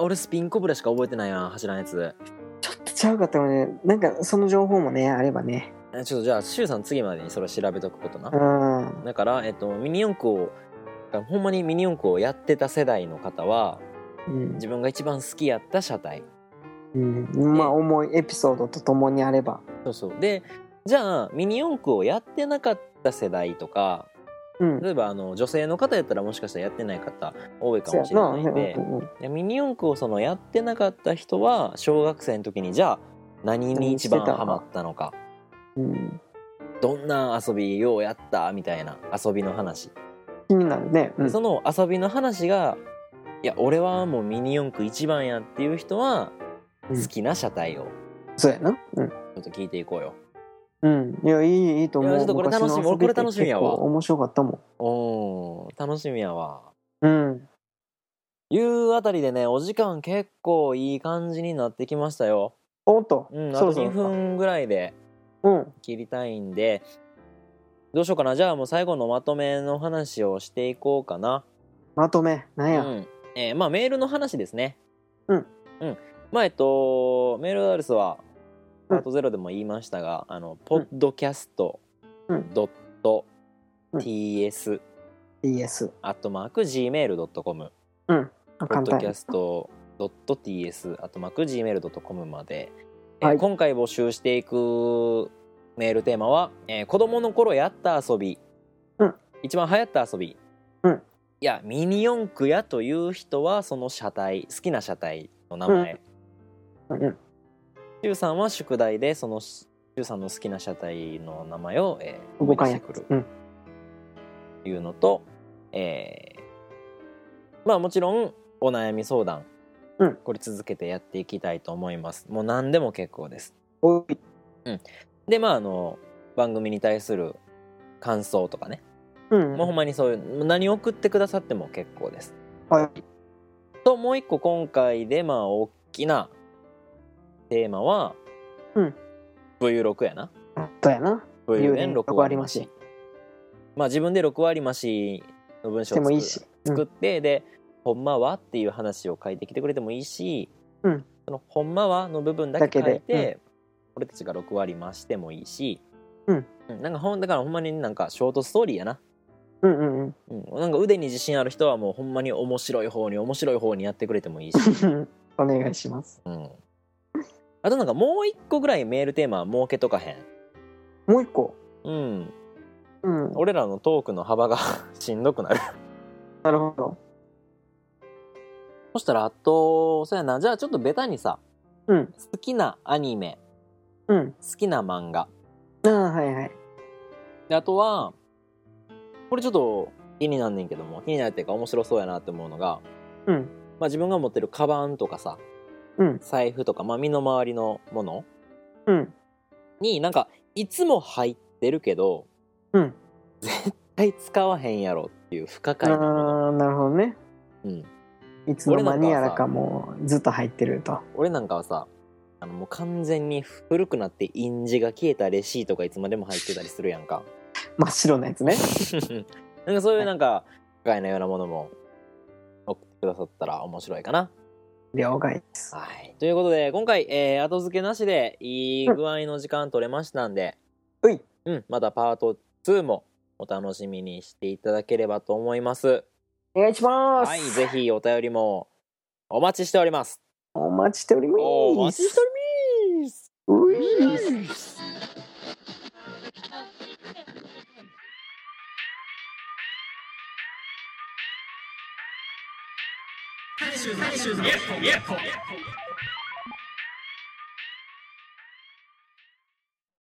[SPEAKER 1] 俺スピンコブラしか覚えてないな走らんやつ
[SPEAKER 2] ちょっとちゃうかったもねなんかその情報もねあればね
[SPEAKER 1] えちょっとじゃあシュウさん次までにそれ調べとくことな、
[SPEAKER 2] うん
[SPEAKER 1] だから、えっと、ミニ四駆をほんまにミニ四駆をやってた世代の方は
[SPEAKER 2] うん
[SPEAKER 1] 自分が一番好きやった車体
[SPEAKER 2] うん、まあ重いエピソードとともにあれば
[SPEAKER 1] そうそうでじゃあミニ四駆をやってなかった世代とか
[SPEAKER 2] うん
[SPEAKER 1] 例えばあの女性の方やったらもしかしたらやってない方多いか
[SPEAKER 2] そ
[SPEAKER 1] も
[SPEAKER 2] うや
[SPEAKER 1] しれ
[SPEAKER 2] な
[SPEAKER 1] な
[SPEAKER 2] う
[SPEAKER 1] い
[SPEAKER 2] ん
[SPEAKER 1] ん
[SPEAKER 2] う
[SPEAKER 1] で
[SPEAKER 2] んうん
[SPEAKER 1] でミニ四駆をそのやってなかった人は小学生の時にじゃあ何に一番
[SPEAKER 2] 何してた
[SPEAKER 1] ハマったのか
[SPEAKER 2] うん
[SPEAKER 1] どんな遊びをやったみたいな遊びの話、
[SPEAKER 2] 気になるね、うん、
[SPEAKER 1] その遊びの話がいや俺はもうミニ四駆一番やっていう人は
[SPEAKER 2] うん
[SPEAKER 1] 好きな車体を
[SPEAKER 2] そうやなうん
[SPEAKER 1] ちょっと聞いていこうよ、
[SPEAKER 2] うん、いやいいいいと思
[SPEAKER 1] いうやちょっとこれ楽しみ
[SPEAKER 2] 昔の遊び
[SPEAKER 1] 俺これ楽しみやわ
[SPEAKER 2] って結構面白かったも
[SPEAKER 1] おー楽しみやわ
[SPEAKER 2] んうん
[SPEAKER 1] いうあたりでねお時間結構いい感じになってきましたよ
[SPEAKER 2] おっと、
[SPEAKER 1] うんあと2
[SPEAKER 2] か
[SPEAKER 1] 分ぐらいで
[SPEAKER 2] うん
[SPEAKER 1] 切りたいんでどうしようかなじゃあもう最後のまとめの話をしていこうかな、
[SPEAKER 2] まとめなん
[SPEAKER 1] う
[SPEAKER 2] や、
[SPEAKER 1] んえーまあメールの話ですね
[SPEAKER 2] うん
[SPEAKER 1] うんまあえっとメールアドレスは
[SPEAKER 2] う
[SPEAKER 1] パ
[SPEAKER 2] ん
[SPEAKER 1] ートゼロでも言いましたが、あのポッドキャスト
[SPEAKER 2] うん
[SPEAKER 1] ドット TS
[SPEAKER 2] ES
[SPEAKER 1] アットマーク Gmail.com
[SPEAKER 2] あ
[SPEAKER 1] ポッ
[SPEAKER 2] 簡
[SPEAKER 1] ド
[SPEAKER 2] 単
[SPEAKER 1] キ
[SPEAKER 2] や
[SPEAKER 1] ャストドット TS アットマーク Gmail.com まで、えー
[SPEAKER 2] はい
[SPEAKER 1] 今回募集していくメールテーマは、えー子供の頃やった遊び、
[SPEAKER 2] うん
[SPEAKER 1] 一番流行った遊び、
[SPEAKER 2] うん
[SPEAKER 1] いやミニ四駆やという人はその車体好きな車体の名前、
[SPEAKER 2] うんうん
[SPEAKER 1] シュウさんは宿題でそのシュウさんの好きな車体の名前を、えー、
[SPEAKER 2] 動
[SPEAKER 1] 思い
[SPEAKER 2] か
[SPEAKER 1] 出
[SPEAKER 2] ん
[SPEAKER 1] し
[SPEAKER 2] や
[SPEAKER 1] てくる
[SPEAKER 2] うん
[SPEAKER 1] というのと、えーまあもちろんお悩み相談、
[SPEAKER 2] うん
[SPEAKER 1] これ続けてやっていきたいと思いますもう何でも結構です
[SPEAKER 2] おい
[SPEAKER 1] でまああの番組に対する感想とかね、
[SPEAKER 2] うん
[SPEAKER 1] もうほんまにそういうもう何送ってくださっても結構です
[SPEAKER 2] はい
[SPEAKER 1] ともう一個今回でまあ大きなテーマは、
[SPEAKER 2] うん、
[SPEAKER 1] V6 やな
[SPEAKER 2] そうやな
[SPEAKER 1] 有
[SPEAKER 2] 有
[SPEAKER 1] 年
[SPEAKER 2] 年
[SPEAKER 1] 6
[SPEAKER 2] 六
[SPEAKER 1] 割
[SPEAKER 2] 割
[SPEAKER 1] 増
[SPEAKER 2] 増
[SPEAKER 1] し
[SPEAKER 2] し
[SPEAKER 1] まあ自分で6割増しの文章を作
[SPEAKER 2] でも
[SPEAKER 1] る
[SPEAKER 2] いいし、うん
[SPEAKER 1] 作って、で「ほんまは?」っていう話を書いてきてくれてもいいし「
[SPEAKER 2] うん
[SPEAKER 1] そのほんまは?」の部分だけ
[SPEAKER 2] だけ
[SPEAKER 1] 書
[SPEAKER 2] で
[SPEAKER 1] いて、俺たちが6割増してもいいし、
[SPEAKER 2] うん
[SPEAKER 1] うんなんかほんだからほんまになんかショートストーリーやな。
[SPEAKER 2] うんうんうん
[SPEAKER 1] うん、なんか腕に自信ある人はもうほんまに面白い方に面白い方にやってくれて もいいし、
[SPEAKER 2] お願いします
[SPEAKER 1] うん、あとなんかもう一個ぐらいメールテーマは設けとかへん、
[SPEAKER 2] もう一個
[SPEAKER 1] うん、
[SPEAKER 2] うん
[SPEAKER 1] 俺らのトークの幅が しんどくなる
[SPEAKER 2] なるほど
[SPEAKER 1] そしたらあとそうやなじゃあちょっとベタにさ、
[SPEAKER 2] うん
[SPEAKER 1] 好きなアニメ
[SPEAKER 2] うん
[SPEAKER 1] 好きな漫画
[SPEAKER 2] ああはいはい
[SPEAKER 1] であとはこれちょっと気になんねんけども気になるっていうか面白そうやなって思うのが、
[SPEAKER 2] うん
[SPEAKER 1] まあ、自分が持ってるカバンとかさ、
[SPEAKER 2] うん
[SPEAKER 1] 財布とか、まあ、身の回りのもの
[SPEAKER 2] うん
[SPEAKER 1] になんかいつも入ってるけど、
[SPEAKER 2] うん
[SPEAKER 1] 絶対使わへんやろっていう不可
[SPEAKER 2] あ
[SPEAKER 1] 解なもの、
[SPEAKER 2] ーなるほどね
[SPEAKER 1] うん、
[SPEAKER 2] いつの間にやらかもうずっと入ってると
[SPEAKER 1] 俺なんかはさあのもう完全に古くなって印字が消えたレシートがいつまでも入ってたりするやんか
[SPEAKER 2] 真っ白なやつね
[SPEAKER 1] なんかそういうなんか不可解なようなものも送ってくださったら面白いかな。
[SPEAKER 2] 了解です
[SPEAKER 1] はい、ということで今回、えー後付けなしでいい具合の時間取れましたんで、
[SPEAKER 2] うい
[SPEAKER 1] うん、またパート2もお楽しみにしていただければと思います。
[SPEAKER 2] お願いします
[SPEAKER 1] はい、ぜひお便りもお待ちしております。
[SPEAKER 2] お待ちしております
[SPEAKER 1] お待ちしております。
[SPEAKER 2] うい
[SPEAKER 3] Yes, yes, yes.